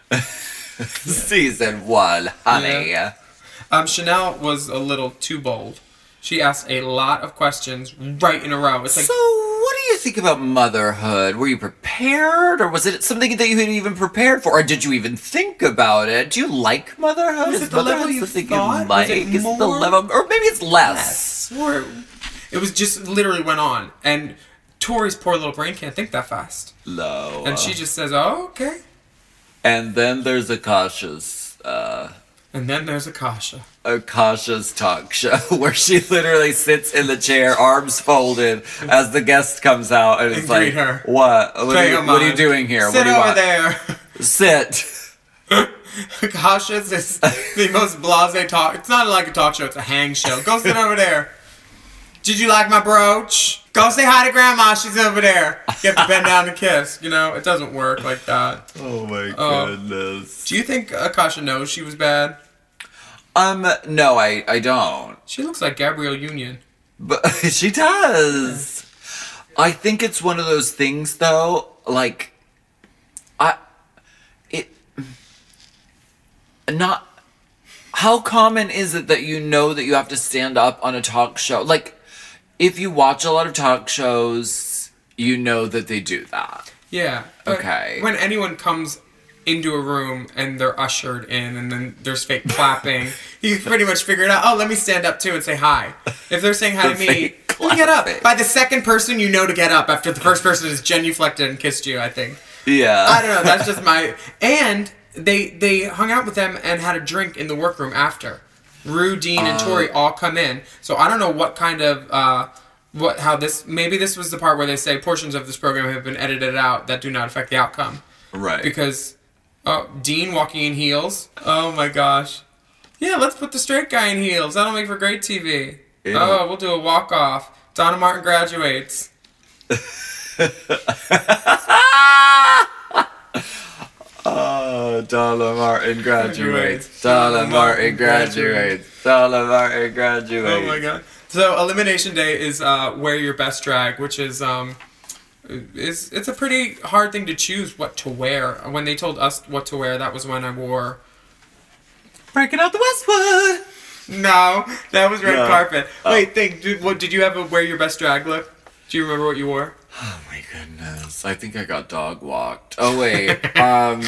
[SPEAKER 1] Season one, honey.
[SPEAKER 5] Um, Chanel was a little too bold. She asked a lot of questions right in a row. It's like
[SPEAKER 1] So, what do you think about motherhood? Were you prepared, or was it something that you had even prepared for, or did you even think about it? Do you like motherhood?
[SPEAKER 5] Is it the level
[SPEAKER 1] motherhood
[SPEAKER 5] you
[SPEAKER 1] something
[SPEAKER 5] thought?
[SPEAKER 1] You like?
[SPEAKER 5] Was it
[SPEAKER 1] Is it the
[SPEAKER 5] more?
[SPEAKER 1] level, or maybe it's less.
[SPEAKER 5] or it was just literally went on. And Tori's poor little brain can't think that fast.
[SPEAKER 1] Low.
[SPEAKER 5] And she just says, "Oh, okay."
[SPEAKER 1] And then there's a cautious. Uh,
[SPEAKER 5] And then there's Akasha.
[SPEAKER 1] a cautious talk show where she literally sits in the chair, arms folded, as the guest comes out and it's
[SPEAKER 5] And
[SPEAKER 1] like,
[SPEAKER 5] greet her.
[SPEAKER 1] "What? What are,
[SPEAKER 5] Pay
[SPEAKER 1] you,
[SPEAKER 5] homage.
[SPEAKER 1] what are you doing here?
[SPEAKER 5] Sit
[SPEAKER 1] what do you
[SPEAKER 5] over
[SPEAKER 1] want?
[SPEAKER 5] there.
[SPEAKER 1] Sit."
[SPEAKER 5] Akasha's is the most blase talk. It's not like a talk show. It's a hang show. Go sit over there. Did you like my brooch? Go say hi to Grandma. She's over there. You have to bend down and kiss. You know it doesn't work like that.
[SPEAKER 1] Oh my
[SPEAKER 5] Oh.
[SPEAKER 1] goodness.
[SPEAKER 5] Do you think Akasha knows she was bad?
[SPEAKER 1] Um, no, I I don't.
[SPEAKER 5] She looks like Gabrielle Union.
[SPEAKER 1] But she does. I think it's one of those things though, like I it not how common is it that you know that you have to stand up on a talk show? Like if you watch a lot of talk shows, you know that they do that.
[SPEAKER 5] Yeah. but
[SPEAKER 1] Okay.
[SPEAKER 5] When anyone comes into a room and they're ushered in and then there's fake clapping, you pretty much figure it out. Oh, let me stand up too and say hi. If they're saying hi
[SPEAKER 1] The
[SPEAKER 5] to me,
[SPEAKER 1] fake
[SPEAKER 5] let me get up.
[SPEAKER 1] clapping.
[SPEAKER 5] By the second person, you know to get up after the first person has genuflected and kissed you, I think.
[SPEAKER 1] Yeah.
[SPEAKER 5] I don't know. That's just my. And they they hung out with them and had a drink in the workroom after. Rue, Dean, and Tori all come in. So I don't know what kind of uh, what how this maybe this was the part where they say portions of this program have been edited out that do not affect the outcome
[SPEAKER 1] Right.
[SPEAKER 5] because oh Dean walking in heels. Oh my gosh. Yeah, let's put the straight guy in heels. That'll make for great TV.
[SPEAKER 1] Yeah.
[SPEAKER 5] Oh, we'll do a walk off. Donna Martin graduates.
[SPEAKER 1] Oh, Dollar Martin graduates.
[SPEAKER 5] Graduates.
[SPEAKER 1] Dollar
[SPEAKER 5] Dollar
[SPEAKER 1] Martin
[SPEAKER 5] Martin
[SPEAKER 1] graduates. Dollar Martin graduates.
[SPEAKER 5] Oh my god. So elimination day is uh, wear your best drag, which is um, is it's a pretty hard thing to choose what to wear. When they told us what to wear, that was when I wore.
[SPEAKER 1] Breaking out the Westwood.
[SPEAKER 5] No, Oh. that was red
[SPEAKER 1] No.
[SPEAKER 5] carpet. Wait, think. Did, what did you have a wear your best drag look? Do you remember what you wore?
[SPEAKER 1] Oh my goodness. I think I got dog walked. Oh wait. um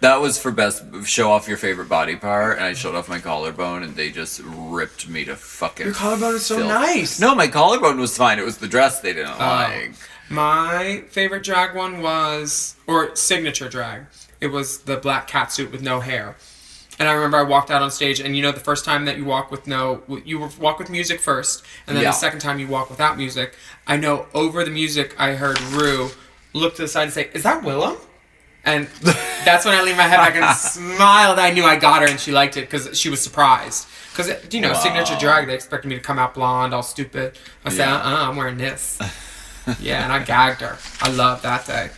[SPEAKER 1] that was for best show off your favorite body part and I showed off my collarbone and they just ripped me to fucking
[SPEAKER 5] Your collarbone is so
[SPEAKER 1] filth.
[SPEAKER 5] nice.
[SPEAKER 1] No, my collarbone was fine. It was the dress they didn't like.
[SPEAKER 5] My favorite drag one was, or signature drag. It was the black cat suit with no hair. And I remember I walked out on stage, and you know, the first time that you walk with no, you walk with music first, and then
[SPEAKER 1] Yeah.
[SPEAKER 5] the second time you walk without music. I know over the music, I heard Rue look to the side and say, Is that Willem? And that's when I leaned my head back and smiled. I knew I got her, and she liked it because she was surprised. Because you know, signature drag, they expected me to come out blonde, all stupid. I said,
[SPEAKER 1] Yeah.
[SPEAKER 5] "Uh, uh I'm wearing this." yeah, and I gagged her. I love that day.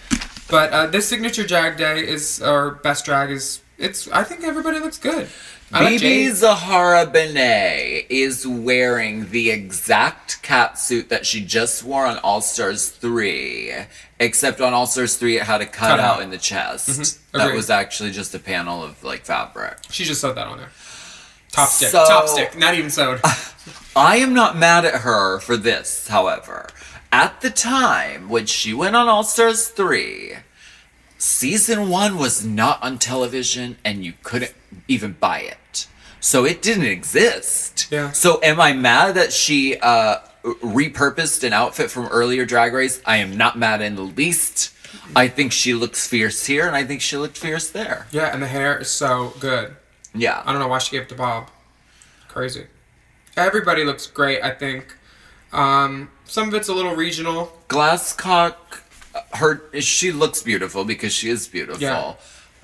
[SPEAKER 5] But uh, this signature drag day is our best drag. Is it's? I think everybody looks good. I like
[SPEAKER 1] Bibi
[SPEAKER 5] Jade.
[SPEAKER 1] Zahara Benet is wearing the exact catsuit that she just wore on All Stars 3. Except on All Stars 3, it had a cutout
[SPEAKER 5] Cutout. Mm-hmm.
[SPEAKER 1] in the chest. That
[SPEAKER 5] Agreed.
[SPEAKER 1] was actually just a panel of like fabric.
[SPEAKER 5] She just sewed that on there. Top stick.
[SPEAKER 1] So-
[SPEAKER 5] top stick. Not even sewed.
[SPEAKER 1] I am not mad at her for this, however. At the time when she went on All Stars 3, season one was not on television and you couldn't even buy it. So it didn't exist.
[SPEAKER 5] Yeah.
[SPEAKER 1] So am I mad that she uh, repurposed an outfit from earlier Drag Race? I am not mad in the least. I think she looks fierce here and I think she looked fierce there.
[SPEAKER 5] yeah, and the hair is so good.
[SPEAKER 1] Yeah.
[SPEAKER 5] I don't know why she gave it to Bob. Crazy. Everybody looks great, I think. Um, some of it's a little regional.
[SPEAKER 1] Glasscock, her she looks beautiful because she is beautiful.
[SPEAKER 5] Yeah.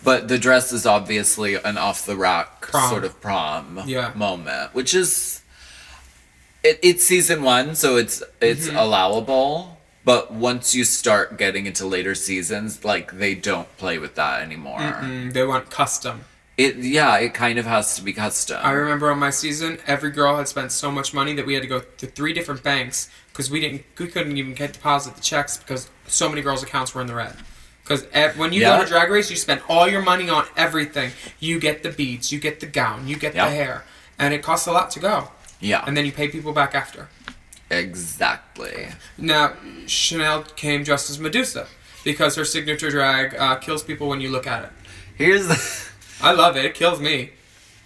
[SPEAKER 1] But the dress is obviously an off the rack
[SPEAKER 5] Prom.
[SPEAKER 1] sort of prom
[SPEAKER 5] Yeah.
[SPEAKER 1] moment, which is it, it's season one, so it's it's
[SPEAKER 5] Mm-hmm.
[SPEAKER 1] allowable. But once you start getting into later seasons, like they don't play with that anymore.
[SPEAKER 5] Mm, They want custom.
[SPEAKER 1] It yeah, it kind of has to be custom.
[SPEAKER 5] I remember on my season, every girl had spent so much money that we had to go to three different banks because we didn't, we couldn't even get deposit the checks because so many girls' accounts were in the red. Because when you
[SPEAKER 1] Yeah.
[SPEAKER 5] go to Drag Race, you spend all your money on everything. You get the beads, you get the gown, you get
[SPEAKER 1] Yeah.
[SPEAKER 5] the hair, and it costs a lot to go.
[SPEAKER 1] yeah,
[SPEAKER 5] And then you pay people back after.
[SPEAKER 1] exactly.
[SPEAKER 5] Now, Chanel came dressed as Medusa because her signature drag uh, kills people when you look at it.
[SPEAKER 1] Here's the
[SPEAKER 5] I love it. It kills me.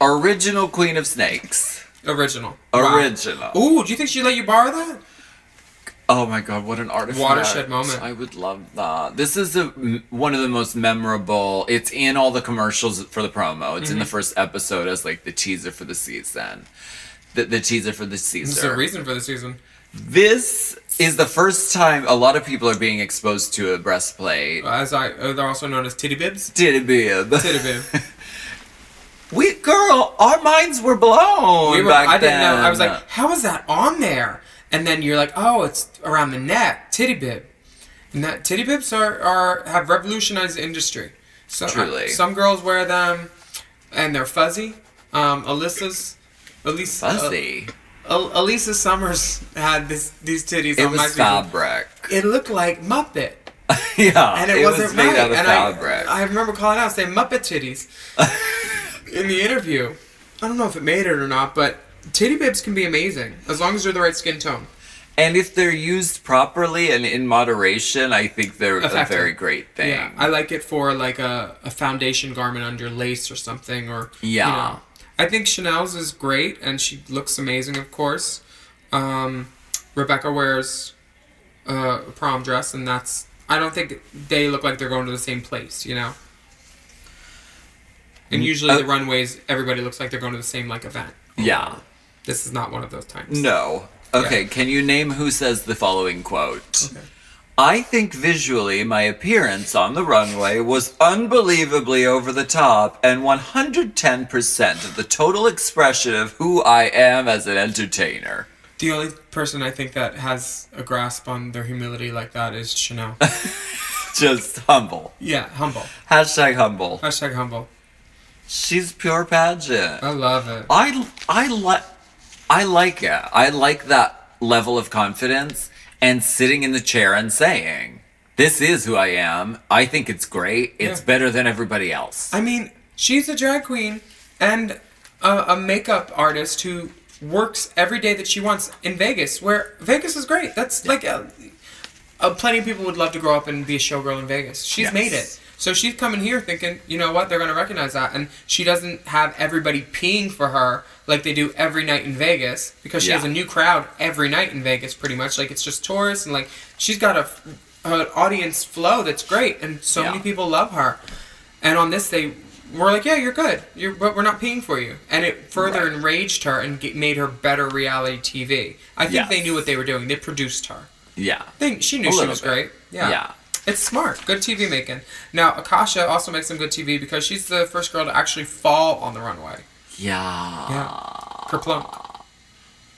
[SPEAKER 1] original Queen of Snakes.
[SPEAKER 5] Original. Wow.
[SPEAKER 1] Original.
[SPEAKER 5] Ooh, do you think she let you borrow that?
[SPEAKER 1] Oh my god, what an artifact.
[SPEAKER 5] Watershed moment.
[SPEAKER 1] I would love that. This is a, m- one of the most memorable. It's in all the commercials for the promo. It's
[SPEAKER 5] Mm-hmm.
[SPEAKER 1] in the first episode as like the teaser for the season. The, the teaser for the
[SPEAKER 5] This is a
[SPEAKER 1] season.
[SPEAKER 5] reason for the season.
[SPEAKER 1] this is the first time a lot of people are being exposed to a breastplate.
[SPEAKER 5] As I, uh, they're also known as titty bibs.
[SPEAKER 1] Titty bib.
[SPEAKER 5] Titty bib.
[SPEAKER 1] We girl, our minds were blown.
[SPEAKER 5] We were,
[SPEAKER 1] back
[SPEAKER 5] I didn't know. I was
[SPEAKER 1] then.
[SPEAKER 5] like, how is that on there? And then you're like, oh, it's around the neck, titty bib. And that titty bibs are, are have revolutionized the industry. So uh,
[SPEAKER 1] Truly.
[SPEAKER 5] some girls wear them, and they're fuzzy. Um, Alyssa's, Elisa,
[SPEAKER 1] fuzzy.
[SPEAKER 5] uh, Al- Elisa Summers had this these titties
[SPEAKER 1] it
[SPEAKER 5] on oh, my
[SPEAKER 1] was
[SPEAKER 5] season.
[SPEAKER 1] fabric.
[SPEAKER 5] It looked like Muppet.
[SPEAKER 1] yeah,
[SPEAKER 5] and it,
[SPEAKER 1] was
[SPEAKER 5] wasn't
[SPEAKER 1] made
[SPEAKER 5] right.
[SPEAKER 1] out of
[SPEAKER 5] and
[SPEAKER 1] fabric.
[SPEAKER 5] I, I remember calling out saying Muppet titties in the interview. I don't know if it made it or not, but titty bibs can be amazing as long as they're the right skin tone.
[SPEAKER 1] And if they're used properly and in moderation, I think they're
[SPEAKER 5] Effective.
[SPEAKER 1] a very great thing.
[SPEAKER 5] Yeah, I like it for like a, a foundation garment under lace or something. Or
[SPEAKER 1] Yeah.
[SPEAKER 5] you know. I think Chanel's is great, and she looks amazing, of course. Um, Rebecca wears uh, a prom dress, and that's. I don't think they look like they're going to the same place, you know. And usually the
[SPEAKER 1] uh,
[SPEAKER 5] runways, everybody looks like they're going to the same like event.
[SPEAKER 1] Yeah.
[SPEAKER 5] This is not one of those times.
[SPEAKER 1] No. Okay, can you name who says the following quote? I think visually my appearance on the runway was unbelievably over the top and 110% of the total expression of who I am as an entertainer.
[SPEAKER 5] The only person I think that has a grasp on their humility like that is Chanel.
[SPEAKER 1] Just humble.
[SPEAKER 5] yeah, humble.
[SPEAKER 1] Hashtag humble.
[SPEAKER 5] Hashtag humble.
[SPEAKER 1] She's pure pageant.
[SPEAKER 5] I love it.
[SPEAKER 1] I I like I like it. I like that level of confidence and sitting in the chair and saying, "This is who I am. I think it's great. It's
[SPEAKER 5] Yeah.
[SPEAKER 1] better than everybody else."
[SPEAKER 5] I mean, she's a drag queen and a, a makeup artist who works every day that she wants in Vegas, where Vegas is great. That's like a, a, plenty of people would love to grow up and be a showgirl in Vegas. She's
[SPEAKER 1] Yes.
[SPEAKER 5] made it. So she's coming here thinking, you know what, they're going to recognize that. And she doesn't have everybody peeing for her like they do every night in Vegas because she
[SPEAKER 1] Yeah.
[SPEAKER 5] has a new crowd every night in Vegas, pretty much. Like, it's just tourists and like she's got a, an audience flow that's great. And so
[SPEAKER 1] Yeah.
[SPEAKER 5] many people love her. And on this, they were like, "Yeah, you're good. You're, but we're not paying for you." And it further
[SPEAKER 1] Right.
[SPEAKER 5] enraged her and ge- made her better reality TV. I think
[SPEAKER 1] Yes.
[SPEAKER 5] they knew what they were doing. They produced her.
[SPEAKER 1] yeah.
[SPEAKER 5] They, she knew
[SPEAKER 1] A
[SPEAKER 5] she
[SPEAKER 1] little
[SPEAKER 5] was
[SPEAKER 1] bit.
[SPEAKER 5] great. Yeah.
[SPEAKER 1] Yeah.
[SPEAKER 5] It's smart. Good TV making. Now, Akasha also makes some good TV because she's the first girl to actually fall on the runway.
[SPEAKER 1] Yeah.
[SPEAKER 5] Yeah. Kerplunk.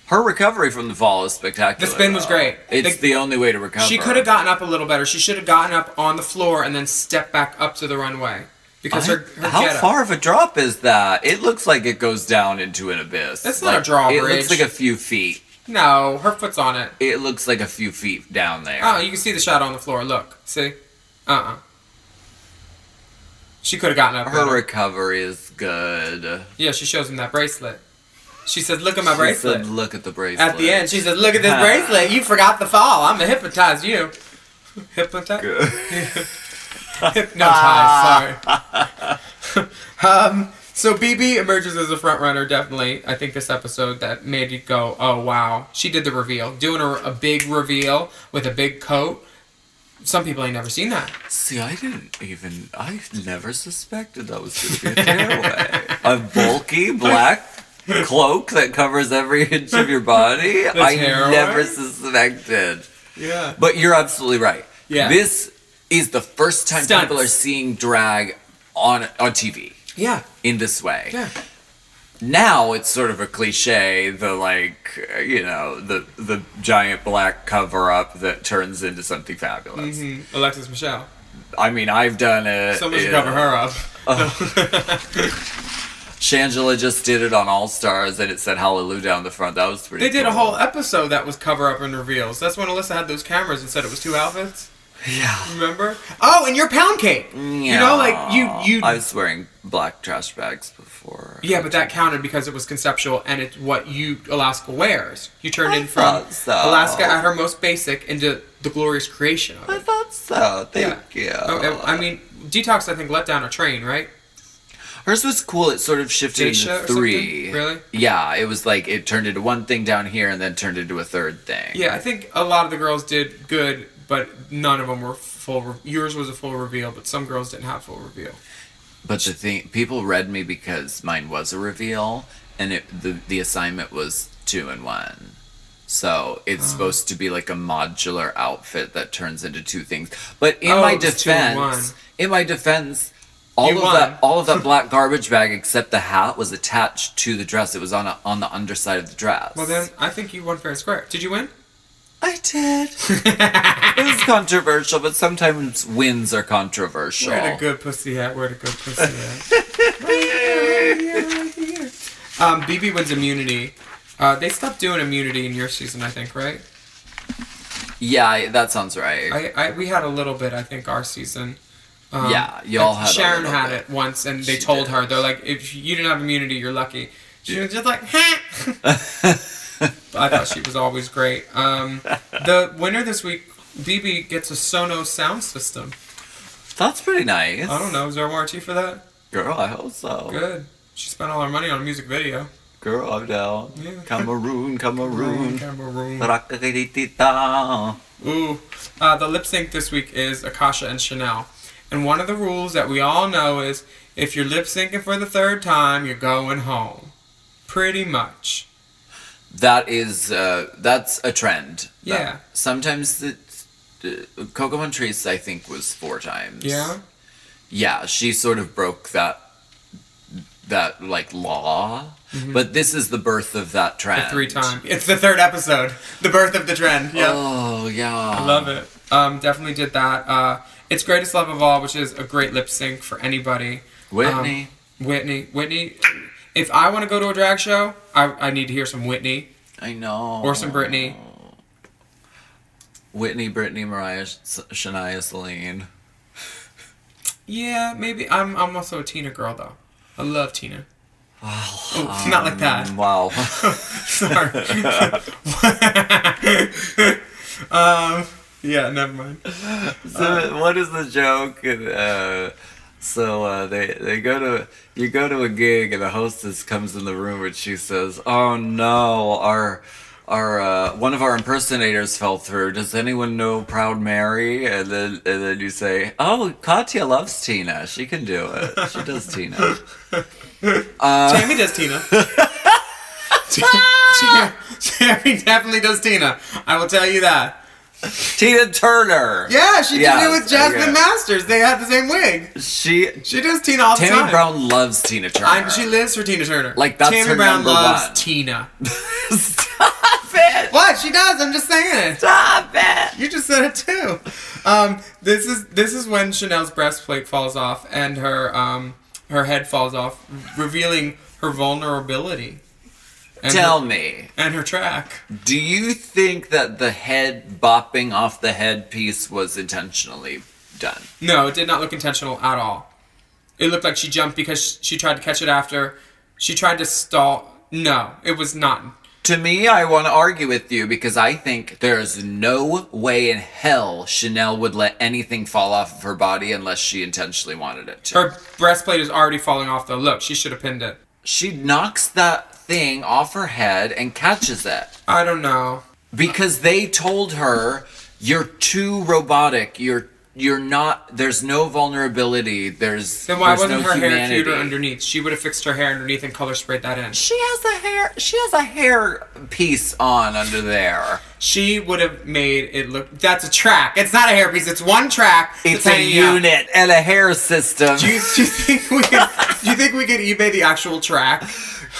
[SPEAKER 1] Her recovery from the fall is spectacular.
[SPEAKER 5] The spin was
[SPEAKER 1] though.
[SPEAKER 5] great.
[SPEAKER 1] It's
[SPEAKER 5] The-
[SPEAKER 1] the, only way to recover.
[SPEAKER 5] She could have gotten up a little better. She should have gotten up on the floor and then stepped back up to the runway because her, her
[SPEAKER 1] How
[SPEAKER 5] get up-
[SPEAKER 1] far of a drop is that? It looks like it goes down into an abyss.
[SPEAKER 5] That's not a
[SPEAKER 1] Like, It
[SPEAKER 5] drawbridge.
[SPEAKER 1] looks like a few feet.
[SPEAKER 5] No, her foot's on it.
[SPEAKER 1] It looks like a few feet down there.
[SPEAKER 5] Oh, you can see the shadow on the floor. Look, see? Uh uh She could have gotten up.
[SPEAKER 1] Her
[SPEAKER 5] better.
[SPEAKER 1] recovery is good.
[SPEAKER 5] Yeah, she shows him that bracelet. She says, "Look at my
[SPEAKER 1] She
[SPEAKER 5] bracelet."
[SPEAKER 1] said, Look at the bracelet.
[SPEAKER 5] at the end, she says, "Look at this bracelet. You forgot the fall. I'm gonna hypnotize you." Hypnotize. Hypnotize. Sorry. Ah. um. So BB emerges as a front runner. Definitely, I think this episode that made you go, "Oh wow!" She did the reveal, doing a, a big reveal with a big coat. Some people ain't never seen that.
[SPEAKER 1] See, I didn't even. I never suspected that was going to be a tearaway. a bulky black cloak that covers every inch of your body. I
[SPEAKER 5] tearaway?
[SPEAKER 1] never suspected.
[SPEAKER 5] Yeah.
[SPEAKER 1] But you're absolutely right.
[SPEAKER 5] Yeah.
[SPEAKER 1] This is the first time
[SPEAKER 5] Stunts.
[SPEAKER 1] people are seeing drag on on TV
[SPEAKER 5] Yeah.
[SPEAKER 1] in this way.
[SPEAKER 5] Yeah.
[SPEAKER 1] Now it's sort of a cliche, the like, uh, you know, the the giant black cover up that turns into something fabulous.
[SPEAKER 5] Mm, Alexis Michelle.
[SPEAKER 1] I mean, I've done it.
[SPEAKER 5] Someone should
[SPEAKER 1] you
[SPEAKER 5] cover
[SPEAKER 1] know.
[SPEAKER 5] her up.
[SPEAKER 1] Shangela just did it on All Stars and it said Hallelujah down the front. That was pretty
[SPEAKER 5] They did a
[SPEAKER 1] cool.
[SPEAKER 5] whole episode that was cover up and reveals. That's when Alyssa had those cameras and said it was two outfits.
[SPEAKER 1] Yeah.
[SPEAKER 5] Remember? Oh, and your pound cake. You know, like you you.
[SPEAKER 1] I was wearing black trash bags before.
[SPEAKER 5] yeah, but that counted because it was conceptual and it's what you Alaska wears. You turned
[SPEAKER 1] I
[SPEAKER 5] in from
[SPEAKER 1] thought so.
[SPEAKER 5] Alaska at her most basic into the glorious creation of
[SPEAKER 1] I
[SPEAKER 5] it.
[SPEAKER 1] thought so. Thank you.
[SPEAKER 5] Oh, and- I mean, detox. I think let down a train, right?
[SPEAKER 1] Hers was cool. It sort of shifted
[SPEAKER 5] Geisha or
[SPEAKER 1] into three.
[SPEAKER 5] something? Really?
[SPEAKER 1] Yeah, it was like it turned into one thing down here and then turned into a third thing.
[SPEAKER 5] Yeah, I think a lot of the girls did good, but none of them were full. Re- Yours was a full reveal, but some girls didn't have full reveal.
[SPEAKER 1] But the thing, people read me because mine was a reveal, and it the the assignment was two and one. So
[SPEAKER 5] Oh.
[SPEAKER 1] it's supposed to be like a modular outfit that turns into two things. But in
[SPEAKER 5] Oh,
[SPEAKER 1] my
[SPEAKER 5] it was two and
[SPEAKER 1] defense,
[SPEAKER 5] one.
[SPEAKER 1] in my defense, all
[SPEAKER 5] You
[SPEAKER 1] of
[SPEAKER 5] won.
[SPEAKER 1] that all of that black garbage bag except the hat was attached to the dress. It was on a, on the underside of the dress.
[SPEAKER 5] Well, then I think you won fair and square. Did you win?
[SPEAKER 1] I did. it was controversial, but sometimes wins are controversial.
[SPEAKER 5] Where the good pussy at? Where the good pussy at? um, BB wins immunity. Uh, they stopped doing immunity in your season, I think, right?
[SPEAKER 1] Yeah, I- that sounds right.
[SPEAKER 5] I, I we had a little bit, I think, our season. Um,
[SPEAKER 1] Yeah, y'all
[SPEAKER 5] I-
[SPEAKER 1] had a
[SPEAKER 5] Sharon
[SPEAKER 1] little
[SPEAKER 5] had
[SPEAKER 1] bit.
[SPEAKER 5] it once, and they
[SPEAKER 1] She
[SPEAKER 5] told
[SPEAKER 1] did.
[SPEAKER 5] her they're like, if you didn't have immunity, you're lucky. She was just like, huh. I thought she was always great. Um, the winner this week, BB gets a Sonos sound system.
[SPEAKER 1] That's pretty nice.
[SPEAKER 5] I don't know. Is there a warranty for that?
[SPEAKER 1] Girl, I hope so.
[SPEAKER 5] Good. She spent all her money on a music video.
[SPEAKER 1] Girl, I'm down.
[SPEAKER 5] Yeah.
[SPEAKER 1] Cameroon, Cameroon.
[SPEAKER 5] Cameroon.
[SPEAKER 1] Rock-a-dee-dee-da.
[SPEAKER 5] Ooh. Uh, the lip sync this week is Akasha and Chanel. And one of the rules that we all know is if you're lip syncing for the third time, you're going home. Pretty much.
[SPEAKER 1] That is, uh, that's a trend.
[SPEAKER 5] Yeah.
[SPEAKER 1] That- sometimes it's, uh, Coco Montrese, I think, was four times.
[SPEAKER 5] Yeah?
[SPEAKER 1] Yeah, she sort of broke that, that, like, law. But this is the birth of that
[SPEAKER 5] Mm-hmm. The
[SPEAKER 1] trend.
[SPEAKER 5] three time. It's the third episode. The birth of the trend. Yeah.
[SPEAKER 1] Oh, yeah.
[SPEAKER 5] I love it. Um, definitely did that. Uh, it's Greatest Love of All, which is a great lip sync for anybody.
[SPEAKER 1] Whitney.
[SPEAKER 5] Um, Whitney. Whitney. If I want to go to a drag show, I, I need to hear some Whitney
[SPEAKER 1] I know.
[SPEAKER 5] or some Britney.
[SPEAKER 1] Whitney, Britney, Mariah, S- Shania, Celine.
[SPEAKER 5] Yeah, maybe. I'm I'm also a Tina girl though. I love Tina. Oh, not like that.
[SPEAKER 1] Mm, Wow.
[SPEAKER 5] Sorry. um, yeah, never mind. Um,
[SPEAKER 1] so what is the joke? And, uh, so uh, they they go to you go to a gig and the hostess comes in the room and she says, "Oh no, our." Our uh, one of our impersonators fell through. Does anyone know Proud Mary? And then and then you say, "Oh, Katya loves Tina. She can do it. She does Tina." Uh.
[SPEAKER 5] Tammy does Tina. Tammy- Tammy definitely does Tina. I will tell you that.
[SPEAKER 1] Tina Turner.
[SPEAKER 5] Yeah, she did
[SPEAKER 1] Yeah,
[SPEAKER 5] it with Jasmine
[SPEAKER 1] okay.
[SPEAKER 5] Masters. They had the same wig.
[SPEAKER 1] She
[SPEAKER 5] She does Tina all the
[SPEAKER 1] Tammy
[SPEAKER 5] time.
[SPEAKER 1] Brown loves Tina Turner.
[SPEAKER 5] I, she lives for Tina Turner.
[SPEAKER 1] Like, that's
[SPEAKER 5] Tammy
[SPEAKER 1] her
[SPEAKER 5] Brown
[SPEAKER 1] number
[SPEAKER 5] loves
[SPEAKER 1] one.
[SPEAKER 5] Tina.
[SPEAKER 1] Stop it!
[SPEAKER 5] What? She does. I'm just saying.
[SPEAKER 1] Stop it!
[SPEAKER 5] You just said it too. Um, this is this is when Chanel's breastplate falls off and her um, her head falls off, revealing her vulnerability. And
[SPEAKER 1] Tell
[SPEAKER 5] her,
[SPEAKER 1] me,
[SPEAKER 5] And her track.
[SPEAKER 1] do you think that the head bopping off the headpiece was intentionally done?
[SPEAKER 5] No, it did not look intentional at all. It looked like she jumped because she tried to catch it after. She tried to stall. No, it was not.
[SPEAKER 1] To me, I want to argue with you because I think there's no way in hell Chanel would let anything fall off of her body unless she intentionally wanted it to.
[SPEAKER 5] Her breastplate is already falling off though. Look, she should have pinned it.
[SPEAKER 1] she knocks that thing off her head and catches it.
[SPEAKER 5] I don't know.
[SPEAKER 1] because they told her you're too robotic you're you're not there's no vulnerability there's
[SPEAKER 5] Then why
[SPEAKER 1] there's
[SPEAKER 5] wasn't
[SPEAKER 1] no
[SPEAKER 5] her hair
[SPEAKER 1] humanity.
[SPEAKER 5] cuter underneath? She would have fixed her hair underneath and color sprayed that in.
[SPEAKER 1] she has a hair she has a hair piece on under there
[SPEAKER 5] She would have made it look. That's a track. It's not a hairpiece. It's one track.
[SPEAKER 1] it's
[SPEAKER 5] that's
[SPEAKER 1] a
[SPEAKER 5] hanging out.
[SPEAKER 1] unit and a hair system
[SPEAKER 5] Do you, do you think we could? do you think we could eBay the actual track?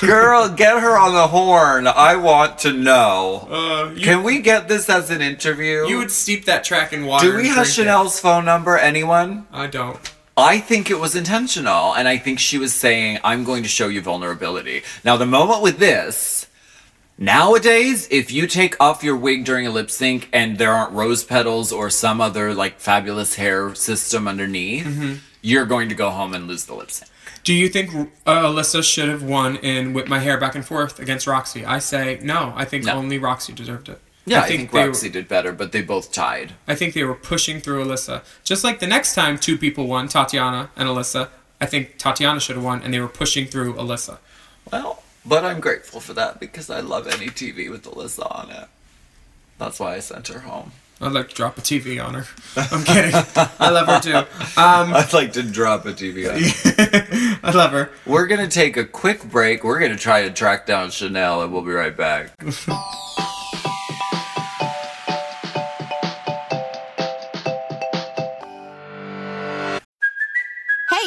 [SPEAKER 1] girl get her on the horn i want to know
[SPEAKER 5] Uh, you,
[SPEAKER 1] can we get this as an interview
[SPEAKER 5] you would steep that track in water.
[SPEAKER 1] do we
[SPEAKER 5] and
[SPEAKER 1] have
[SPEAKER 5] drink it.
[SPEAKER 1] chanel's phone number anyone
[SPEAKER 5] I don't.
[SPEAKER 1] I think it was intentional, and I think she was saying, I'm going to show you vulnerability. Now, the moment with this, nowadays, if you take off your wig during a lip sync and there aren't rose petals or some other like fabulous hair system underneath, you're going to go home and lose the lip sync.
[SPEAKER 5] Do you think uh, Alyssa should have won in Whip My Hair Back and Forth against Roxy? I say no. I think
[SPEAKER 1] No.
[SPEAKER 5] only Roxy deserved it.
[SPEAKER 1] Yeah, I think,
[SPEAKER 5] they
[SPEAKER 1] Roxy
[SPEAKER 5] Were,
[SPEAKER 1] did better, but they both tied.
[SPEAKER 5] I think they were pushing through Alyssa. Just like the next time two people won, Tatiana and Alyssa, I think Tatiana should have won, and they were pushing through Alyssa.
[SPEAKER 1] Well, but I'm grateful for that because I love any TV with Alyssa on it. That's why I sent her home.
[SPEAKER 5] I'd like to drop a TV on her. I'm kidding. I love her too. Um,
[SPEAKER 1] I'd like to drop a TV on.
[SPEAKER 5] I love her.
[SPEAKER 1] We're gonna take a quick break. We're gonna try to track down Chanel, and we'll be right back.
[SPEAKER 12] Hey,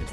[SPEAKER 13] It's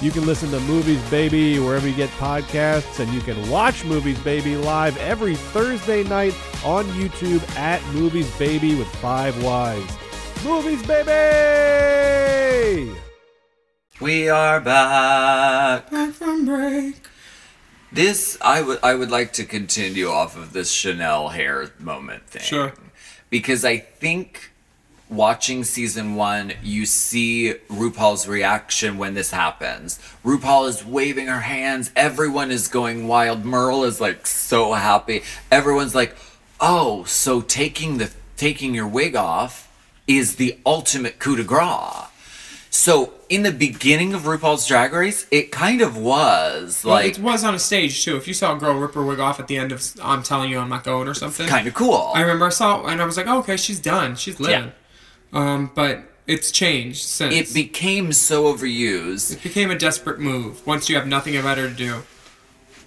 [SPEAKER 13] You can listen to Movies Baby wherever you get podcasts, and you can watch Movies Baby live every Thursday night on YouTube at Movies Baby with Five Wives. Movies Baby!
[SPEAKER 1] We are back.
[SPEAKER 5] Back from break.
[SPEAKER 1] This I would I would like to continue off of this Chanel hair moment thing.
[SPEAKER 5] Sure.
[SPEAKER 1] Because I think watching season one, you see RuPaul's reaction when this happens. RuPaul is waving her hands, everyone is going wild. Merle is like so happy. Everyone's like, oh, so taking the taking your wig off is the ultimate coup de grace. So in the beginning of RuPaul's Drag Race, it kind of was
[SPEAKER 5] Well,
[SPEAKER 1] like
[SPEAKER 5] it was on a stage too. If you saw a girl rip her wig off at the end of "I'm telling you I'm not going" or something,
[SPEAKER 1] kind of cool.
[SPEAKER 5] I remember I saw and I was like, oh, okay, she's done. She's living. Um, but it's changed since.
[SPEAKER 1] it became so overused.
[SPEAKER 5] It became a desperate move once you have nothing better to do.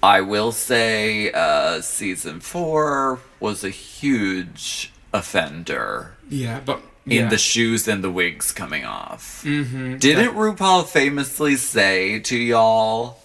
[SPEAKER 1] I will say uh, season four was a huge offender
[SPEAKER 5] Yeah, but
[SPEAKER 1] in the shoes and the wigs coming off. Mm-hmm. Didn't RuPaul famously say to y'all,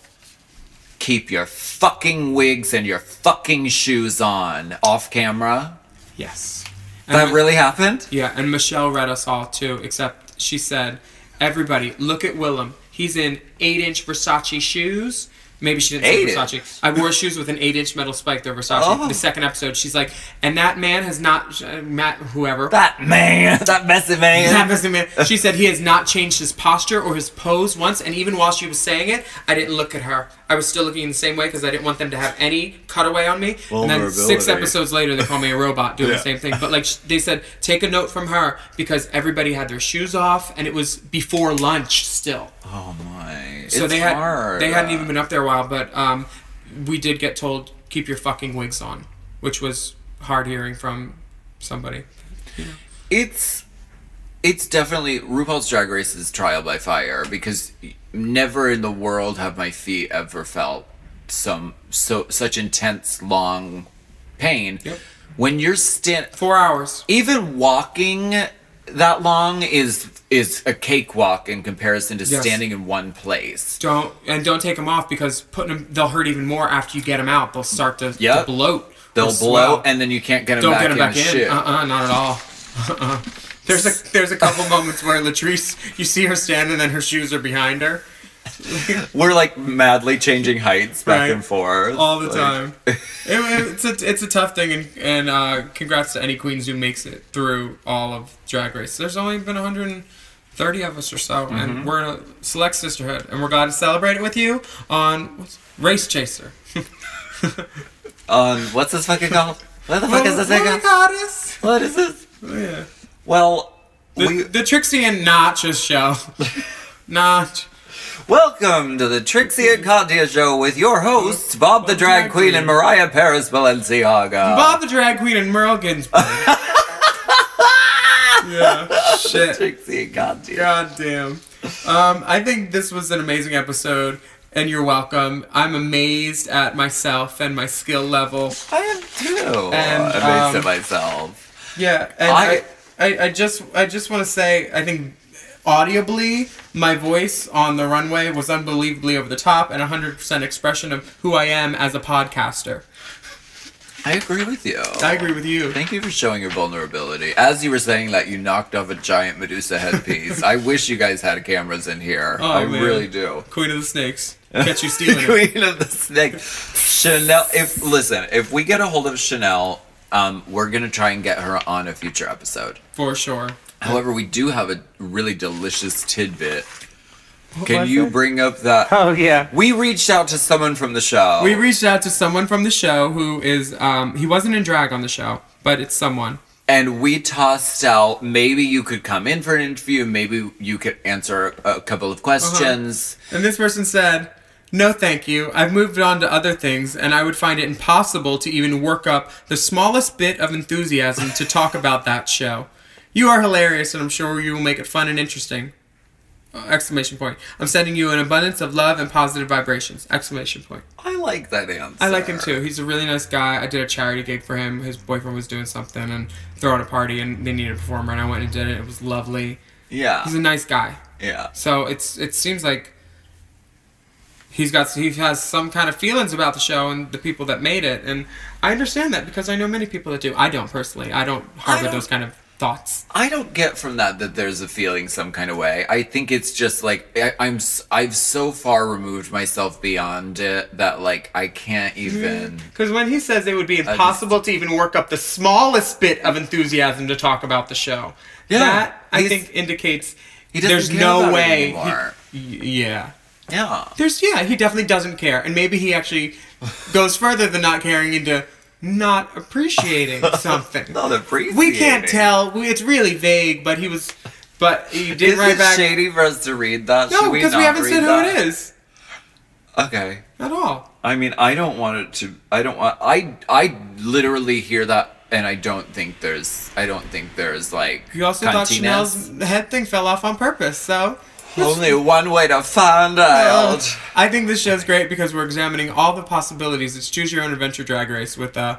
[SPEAKER 1] keep your fucking wigs and your fucking shoes on off camera?
[SPEAKER 5] yes, and
[SPEAKER 1] That
[SPEAKER 5] Mi-
[SPEAKER 1] really happened?
[SPEAKER 5] yeah, and Michelle read us all too. Except she said, "Everybody, look at Willem. He's in eight-inch Versace shoes." Maybe she didn't say
[SPEAKER 1] Eight
[SPEAKER 5] Versace.
[SPEAKER 1] inch?
[SPEAKER 5] I wore shoes with an eight-inch metal spike. They're Versace.
[SPEAKER 1] Oh.
[SPEAKER 5] The second episode, she's like, and that man has not uh, Matt whoever
[SPEAKER 1] That man, that messy man.
[SPEAKER 5] That messy man. She said he has not changed his posture or his pose once, and even while she was saying it, I didn't look at her. I was still looking the same way because I didn't want them to have any cutaway on me. And then six
[SPEAKER 1] Vulnerability.
[SPEAKER 5] episodes later, they call me a robot doing the same thing. But like sh- they said, take a note from her because everybody had their shoes off, and it was before lunch still.
[SPEAKER 1] Oh my.
[SPEAKER 5] So
[SPEAKER 1] it's
[SPEAKER 5] they had
[SPEAKER 1] hard.
[SPEAKER 5] they hadn't even been up there a while, but um, we did get told keep your fucking wigs on, which was hard hearing from somebody.
[SPEAKER 1] it's it's definitely RuPaul's Drag Race is trial by fire because never in the world have my feet ever felt some so such intense long pain.
[SPEAKER 5] Yep.
[SPEAKER 1] When you're stand
[SPEAKER 5] Four hours.
[SPEAKER 1] even walking that long is is a cakewalk in comparison to
[SPEAKER 5] Yes.
[SPEAKER 1] standing in one place.
[SPEAKER 5] Don't and don't take them off because putting them they'll hurt even more after you get them out. They'll start to, to
[SPEAKER 1] Yep.
[SPEAKER 5] bloat.
[SPEAKER 1] They'll
[SPEAKER 5] or
[SPEAKER 1] blow
[SPEAKER 5] swell.
[SPEAKER 1] and then you can't get them
[SPEAKER 5] don't
[SPEAKER 1] back
[SPEAKER 5] get
[SPEAKER 1] in
[SPEAKER 5] them back Uh-uh.
[SPEAKER 1] the
[SPEAKER 5] in.
[SPEAKER 1] shoe.
[SPEAKER 5] Uh uh not at all. Uh uh There's a there's a couple moments where Latrice, you see her standing and her shoes are behind her.
[SPEAKER 1] We're like madly changing heights back
[SPEAKER 5] Right.
[SPEAKER 1] and forth
[SPEAKER 5] all the
[SPEAKER 1] Like,
[SPEAKER 5] time. It- it's a it's a tough thing, and and uh, congrats to any queens who makes it through all of Drag Race. There's only been 130 of us or so,
[SPEAKER 1] Mhm.
[SPEAKER 5] and we're a select sisterhood, and we're glad to celebrate it with you on what's- Race Chaser.
[SPEAKER 1] Um, what's this fucking called? What the fuck is this thing
[SPEAKER 5] What
[SPEAKER 1] called?
[SPEAKER 5] a goddess!
[SPEAKER 1] What is this?
[SPEAKER 5] Yeah.
[SPEAKER 1] Well,
[SPEAKER 5] the, the Trixie and Notch's show. Notch.
[SPEAKER 1] Welcome to the Trixie and Katya show with your hosts, Bob the Drag Queen and Mariah Paris Balenciaga.
[SPEAKER 5] Bob the Drag Queen and Merle Ginsburg. yeah, shit.
[SPEAKER 1] Trixie, goddamn.
[SPEAKER 5] Goddamn. Um, I think this was an amazing episode, and you're welcome. I'm amazed at myself and my skill level.
[SPEAKER 1] I am too.
[SPEAKER 5] And,
[SPEAKER 1] amazed
[SPEAKER 5] um,
[SPEAKER 1] at myself.
[SPEAKER 5] Yeah, and
[SPEAKER 1] I-
[SPEAKER 5] I, I, I just, I just want to say, I think audibly, my voice on the runway was unbelievably over the top and 100% expression of who I am as a podcaster.
[SPEAKER 1] I agree with you.
[SPEAKER 5] I agree with you.
[SPEAKER 1] Thank you for showing your vulnerability. As you were saying that, you knocked off a giant Medusa headpiece. I wish you guys had cameras in here.
[SPEAKER 5] Oh,
[SPEAKER 1] I
[SPEAKER 5] man.
[SPEAKER 1] really do.
[SPEAKER 5] Queen of the Snakes, catch you stealing. it.
[SPEAKER 1] Queen of the Snake. Chanel. If listen, if we get a hold of Chanel, um, we're gonna try and get her on a future episode.
[SPEAKER 5] For sure.
[SPEAKER 1] However, we do have a really delicious tidbit.
[SPEAKER 5] What
[SPEAKER 1] Can
[SPEAKER 5] was
[SPEAKER 1] you
[SPEAKER 5] it?
[SPEAKER 1] bring up that?
[SPEAKER 5] Oh, yeah.
[SPEAKER 1] We reached out to someone from the show.
[SPEAKER 5] We reached out to someone from the show who is um he wasn't in drag on the show, but it's someone.
[SPEAKER 1] and we tossed out maybe you could come in for an interview, maybe you could answer a couple
[SPEAKER 5] Uh-huh.
[SPEAKER 1] of questions.
[SPEAKER 5] And this person said, "No, thank you. I've moved on to other things and I would find it impossible to even work up the smallest bit of enthusiasm to talk about that show. You are hilarious and I'm sure you will make it fun and interesting." Uh, exclamation point. I'm sending you an abundance of love and positive vibrations. Exclamation point.
[SPEAKER 1] I like that answer.
[SPEAKER 5] I like him too. He's a really nice guy. I did a charity gig for him. His boyfriend was doing something and throwing a party, and they needed a performer, and I went and did it. It was lovely.
[SPEAKER 1] Yeah.
[SPEAKER 5] he's a nice guy.
[SPEAKER 1] Yeah.
[SPEAKER 5] So it's it seems like he's got he has some kind of feelings about the show and the people that made it, and I understand that because I know many people that do. I don't personally. I don't harbor
[SPEAKER 1] don't-
[SPEAKER 5] those kind of thoughts.
[SPEAKER 1] I don't get from that that there's a feeling some kind of way. I think it's just like I, I'm s- I've so far removed myself beyond it that like I can't
[SPEAKER 5] Mm-hmm.
[SPEAKER 1] even.
[SPEAKER 5] Because when he says it would be impossible to even work up the smallest bit of enthusiasm to talk about the show,
[SPEAKER 1] Yeah,
[SPEAKER 5] that I
[SPEAKER 1] he's-
[SPEAKER 5] think indicates
[SPEAKER 1] He doesn't
[SPEAKER 5] there's
[SPEAKER 1] care
[SPEAKER 5] no
[SPEAKER 1] about it
[SPEAKER 5] way. he-
[SPEAKER 1] anymore.
[SPEAKER 5] y- yeah.
[SPEAKER 1] Yeah.
[SPEAKER 5] There's yeah, he definitely doesn't care, and maybe he actually goes further than not caring into not appreciating something.
[SPEAKER 1] Not appreciating.
[SPEAKER 5] We can't tell. We, it's really vague, but he was, but he did
[SPEAKER 1] Is
[SPEAKER 5] write
[SPEAKER 1] it
[SPEAKER 5] back.
[SPEAKER 1] shady for us to read that?
[SPEAKER 5] No,
[SPEAKER 1] Should we
[SPEAKER 5] because we,
[SPEAKER 1] not
[SPEAKER 5] haven't said
[SPEAKER 1] read
[SPEAKER 5] who
[SPEAKER 1] that?
[SPEAKER 5] it is
[SPEAKER 1] Okay.
[SPEAKER 5] at all.
[SPEAKER 1] I mean, I don't want it to. I don't want. I I literally hear that, and I don't think there's. I don't think there's like.
[SPEAKER 5] You also thought
[SPEAKER 1] cuntiness.
[SPEAKER 5] Chanel's head thing fell off on purpose, so. uh,
[SPEAKER 1] Only one way to find out.
[SPEAKER 5] I think this show's great because we're examining all the possibilities. It's Choose Your Own Adventure Drag Race with uh,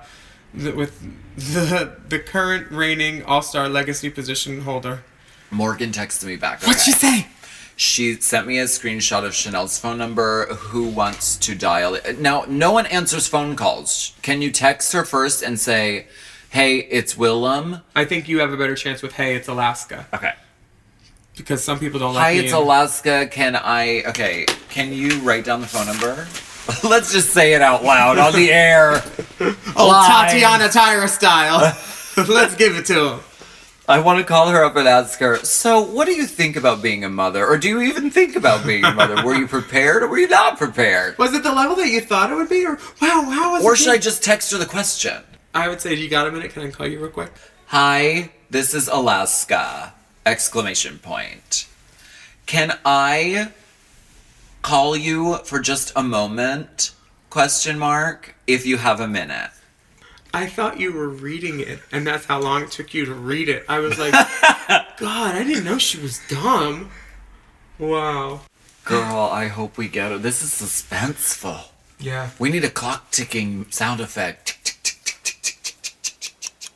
[SPEAKER 5] the, with the the current reigning All Star Legacy position holder.
[SPEAKER 1] Morgan texted me back.
[SPEAKER 5] What'd she say?
[SPEAKER 1] She sent me a screenshot of Chanel's phone number. Who wants to dial it? Now, no one answers phone calls. Can you text her first and say, "Hey, it's Willem."
[SPEAKER 5] I think you have a better chance with Hey, it's Alaska.
[SPEAKER 1] Okay.
[SPEAKER 5] Because some people don't like
[SPEAKER 1] Hi,
[SPEAKER 5] me
[SPEAKER 1] it's
[SPEAKER 5] and-
[SPEAKER 1] Alaska. Can I? Okay, can you write down the phone number? Let's just say it out loud on the air.
[SPEAKER 5] Oh,
[SPEAKER 1] Live.
[SPEAKER 5] Tatiana Tyra style. Let's give it to him.
[SPEAKER 1] I want to call her up and ask her. So, what do you think about being a mother, or do you even think about being a mother? Were you prepared, or were you not prepared?
[SPEAKER 5] Was it the level that you thought it would be, or wow, how was it?
[SPEAKER 1] Or should I just text her the question?
[SPEAKER 5] I would say, you got a minute? Can I call you real quick?
[SPEAKER 1] Hi, this is Alaska! Exclamation point. Can I call you for just a moment? Question mark. If you have a minute.
[SPEAKER 5] I thought you were reading it, and that's how long it took you to read it. I was like, God, I didn't know she was dumb. Wow.
[SPEAKER 1] Girl, I hope we get it. This is suspenseful.
[SPEAKER 5] Yeah.
[SPEAKER 1] We need a clock ticking sound effect. Tick, tick, tick, tick, tick, tick, tick, tick, tick, tick,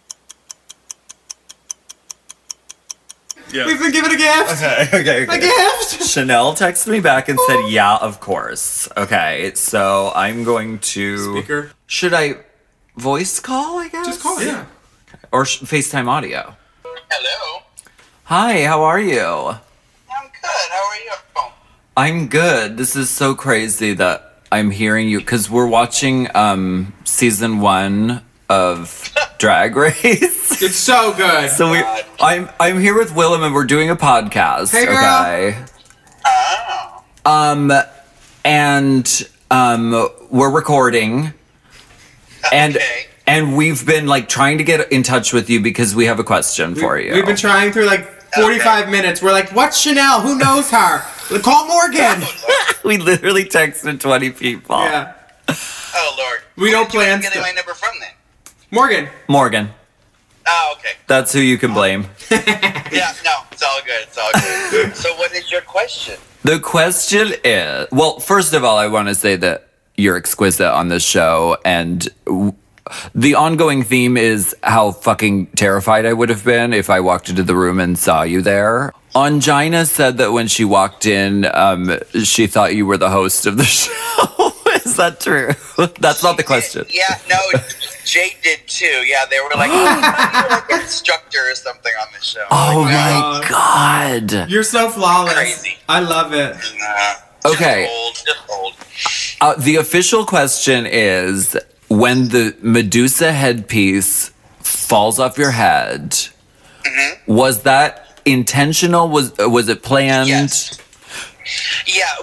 [SPEAKER 1] tick, tick.
[SPEAKER 5] We've been given a gift.
[SPEAKER 1] Okay, okay, okay.
[SPEAKER 5] A gift.
[SPEAKER 1] Chanel texted me back and said, "Yeah, of course." Okay, so I'm going to
[SPEAKER 5] Speaker.
[SPEAKER 1] Should I voice call? I guess.
[SPEAKER 5] Just call it. Yeah.
[SPEAKER 1] Or sh- FaceTime audio.
[SPEAKER 7] Hello.
[SPEAKER 1] Hi, how are you? I'm good. How are you? I'm good. This is so crazy that I'm hearing you because we're watching um, season one of Drag Race.
[SPEAKER 5] It's so good.
[SPEAKER 1] So we, I'm I'm here with Willem and we're doing a podcast.
[SPEAKER 5] Hey, girl.
[SPEAKER 1] Okay. Um, and um, we're recording, and and we've been like trying to get in touch with you because we have a question for you.
[SPEAKER 5] We've been trying through like 45 minutes. We're like, what's Chanel? Who knows her? Call Morgan.
[SPEAKER 1] we literally texted 20 people.
[SPEAKER 5] Yeah. Oh, Lord. We don't plan
[SPEAKER 8] Get my number from them.
[SPEAKER 5] Morgan.
[SPEAKER 1] Morgan.
[SPEAKER 8] Oh, okay.
[SPEAKER 1] That's who you can blame.
[SPEAKER 8] Yeah, no, it's all good. It's all good. so, what is your question?
[SPEAKER 1] The question is well, first of all, I want to say that you're exquisite on this show. And w- the ongoing theme is how fucking terrified I would have been if I walked into the room and saw you there. Angina said that when she walked in, um, she thought you were the host of the show. is that true? That's not the question.
[SPEAKER 8] Yeah, no, Jade did too. Yeah, they were like, you were like an instructor or something on the show.
[SPEAKER 1] Oh my God.
[SPEAKER 5] You're so flawless. I love it.
[SPEAKER 1] Okay. Uh, the official question is when the Medusa headpiece falls off your head,
[SPEAKER 8] Mm-hmm.
[SPEAKER 1] was that intentional? Was uh, was it planned?
[SPEAKER 8] Yeah,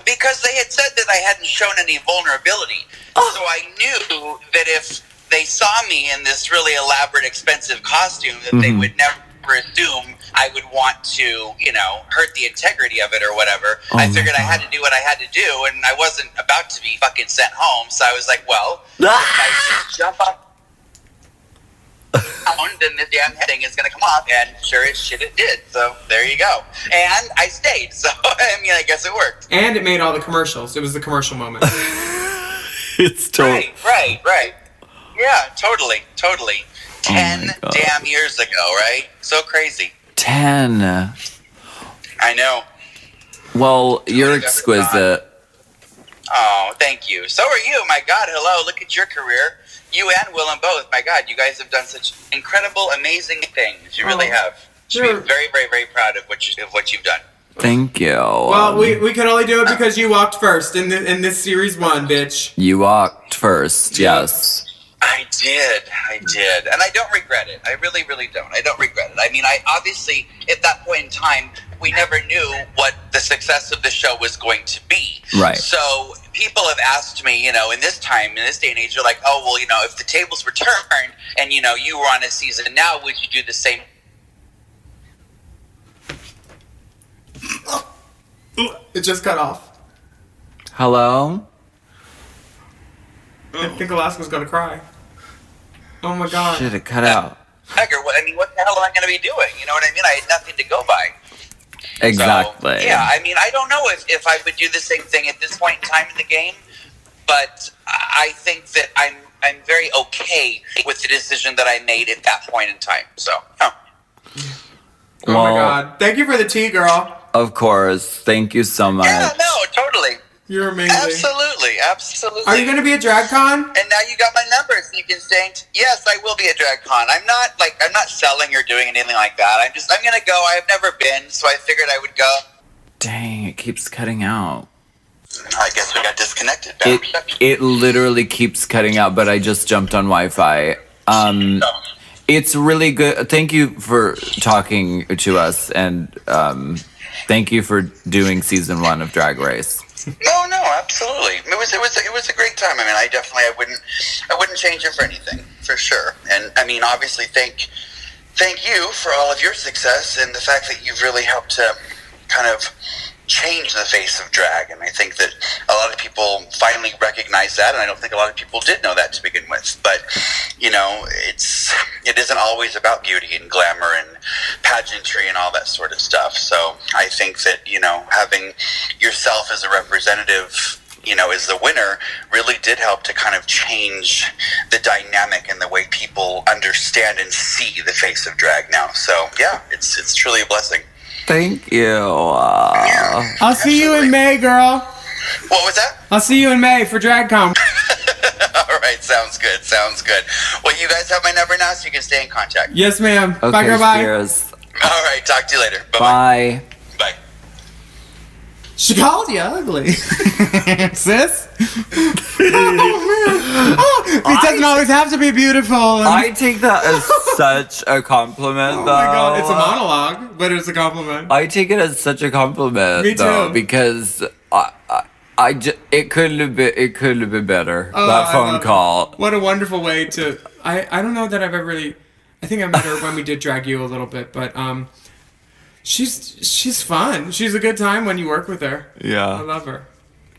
[SPEAKER 8] because they had said that I hadn't shown any vulnerability.
[SPEAKER 14] Oh.
[SPEAKER 8] So I knew that if they saw me in this really elaborate, expensive costume, that they
[SPEAKER 14] Mhm.
[SPEAKER 8] would never assume I would want to, you know, hurt the integrity of it or whatever.
[SPEAKER 14] Oh
[SPEAKER 8] I
[SPEAKER 14] my
[SPEAKER 8] figured I had to do what I had to do, and I wasn't about to be fucking sent home. So I was like, well, if I just jump up. down, Then the damn heading is gonna come off, and sure as shit it did. So there you go. And I stayed, so I mean, I guess it worked.
[SPEAKER 5] And it made all the commercials. It was the commercial moment.
[SPEAKER 1] it's total.
[SPEAKER 8] Right, right. Yeah, totally, totally.
[SPEAKER 5] Oh
[SPEAKER 8] Ten damn years ago, right? So crazy.
[SPEAKER 1] 10.
[SPEAKER 8] I know.
[SPEAKER 1] Well, you're exquisite.
[SPEAKER 8] Oh, thank you. So are you. My God, hello. Look at your career. You and Willem both. My God, you guys have done such incredible, amazing things. You really
[SPEAKER 5] Oh,
[SPEAKER 8] have. Should
[SPEAKER 5] you're-
[SPEAKER 8] be very, very, very proud of what you, of what you've done.
[SPEAKER 1] Thank you.
[SPEAKER 5] Well, we, we could only do it because you walked first in, the, in this series one, bitch.
[SPEAKER 1] You walked first, yes.
[SPEAKER 8] I did. I did. And I don't regret it. I really, really don't. I don't regret it. I mean, I obviously, at that point in time, we never knew what the success of the show was going to be.
[SPEAKER 1] Right.
[SPEAKER 8] So people have asked me, you know, in this time, in this day and age, they're like, oh, well, you know, if the tables were turned and, you know, you were on a season now, would you do the same?
[SPEAKER 5] It just cut off.
[SPEAKER 1] Hello?
[SPEAKER 5] I think Alaska's gonna cry. Oh my god.
[SPEAKER 1] Shit, it cut out.
[SPEAKER 8] Heck, or what- I mean, what the hell am I going to be doing? You know what I mean? I had nothing to go by.
[SPEAKER 1] Exactly.
[SPEAKER 8] Yeah, I mean, I don't know if, if I would do the same thing at this point in time in the game, but I I think that I'm I'm very okay with the decision that I made at that point in time. So, huh.
[SPEAKER 5] Oh my god. Thank you for the tea, girl.
[SPEAKER 1] Of course. Thank you so much.
[SPEAKER 8] no, totally.
[SPEAKER 5] You're amazing.
[SPEAKER 8] Absolutely, absolutely.
[SPEAKER 5] Are you gonna be at DragCon?
[SPEAKER 8] And now you got my number, so you can say, "Yes, I will be at DragCon." I'm not like I'm not selling or doing anything like that. I'm just I'm gonna go. I've never been, so I figured I would go.
[SPEAKER 1] Dang, it keeps cutting out.
[SPEAKER 8] I guess we got disconnected.
[SPEAKER 1] It, it literally keeps cutting out, but I just jumped on Wi Fi. Um, it's really good. Thank you for talking to us, and um, thank you for doing season one of Drag Race.
[SPEAKER 8] No, no, absolutely. It was it was it was a great time. I mean, I definitely I wouldn't I wouldn't change it for anything for sure. And I mean, obviously, thank thank you for all of your success and the fact that you've really helped to kind of change the face of drag. And I think that a lot of people finally recognize that, and I don't think a lot of people did know that to begin with. But you know, it's it isn't always about beauty and glamour and pageantry and all that sort of stuff. So I think that you know having yourself as a representative. You know, as the winner, really did help to kind of change the dynamic and the way people understand and see the face of drag now. So yeah, it's it's truly a blessing.
[SPEAKER 1] Thank you.
[SPEAKER 5] I'll see you in May, girl.
[SPEAKER 8] What was that?
[SPEAKER 5] I'll see you in May for DragCon.
[SPEAKER 8] All right, sounds good. Sounds good. Well, you guys have my number now, so you can stay in contact.
[SPEAKER 5] Yes, ma'am. Bye, girl. Bye.
[SPEAKER 1] cheers.
[SPEAKER 7] All right, talk to you later.
[SPEAKER 1] Bye.
[SPEAKER 7] Bye.
[SPEAKER 14] She called you ugly, sis. oh, man. Oh, it doesn't always have to be beautiful.
[SPEAKER 1] I take that as such a compliment, though.
[SPEAKER 5] Oh my god, it's a monologue, but it's a compliment.
[SPEAKER 1] I take it as such a compliment,
[SPEAKER 5] Me
[SPEAKER 1] though,
[SPEAKER 5] too.
[SPEAKER 1] because I, I, I ju- it couldn't have been, it couldn't have been better.
[SPEAKER 5] Oh,
[SPEAKER 1] that
[SPEAKER 5] I
[SPEAKER 1] phone
[SPEAKER 5] love it.
[SPEAKER 1] call.
[SPEAKER 5] What a wonderful way to. I, I don't know that I've ever really. I think I met her when we did drag you a little bit, but um, she's she's fun. She's a good time when you work with her.
[SPEAKER 1] Yeah.
[SPEAKER 5] I love her.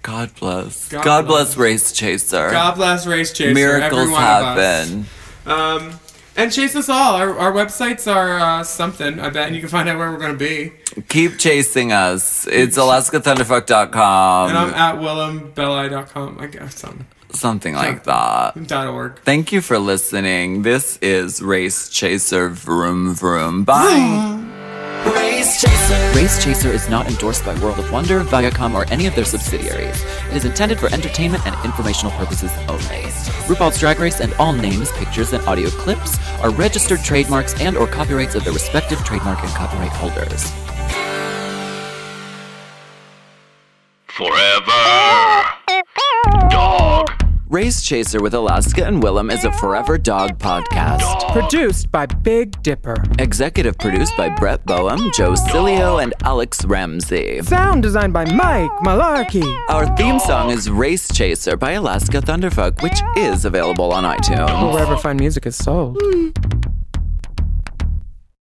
[SPEAKER 1] God bless.
[SPEAKER 5] God
[SPEAKER 1] God, bless. Race Chaser.
[SPEAKER 5] God bless Race Chaser,
[SPEAKER 1] Miracles
[SPEAKER 5] every one of us.
[SPEAKER 1] happen.
[SPEAKER 5] Um, and chase us all. Our, our websites are uh, something. I bet and you can find out where we're gonna be.
[SPEAKER 1] Keep chasing us. It's alaskathunderfuck.com.
[SPEAKER 5] and I'm at willembelli.com. I guess something.
[SPEAKER 1] something like that.
[SPEAKER 5] Dot org.
[SPEAKER 1] Thank you for listening. This is Race Chaser Vroom Vroom. Bye.
[SPEAKER 4] Race chaser.
[SPEAKER 10] Race Chaser is not endorsed by World of Wonder, Viacom, or any of their subsidiaries. It is intended for entertainment and informational purposes only. RuPaul's Drag Race and all names, pictures, and audio clips are registered trademarks and or copyrights of their respective trademark and copyright holders.
[SPEAKER 3] Forever. Dog.
[SPEAKER 10] Race Chaser with Alaska and Willem is a Forever Dog podcast.
[SPEAKER 2] Produced by Big Dipper.
[SPEAKER 10] Executive produced by Brett Boehm, Joe Cilio, and Alex Ramsey.
[SPEAKER 2] Sound designed by Mike Malarkey.
[SPEAKER 10] Our theme song is Race Chaser by Alaska Thunderfuck, which is available on iTunes.
[SPEAKER 2] Wherever fine music is sold.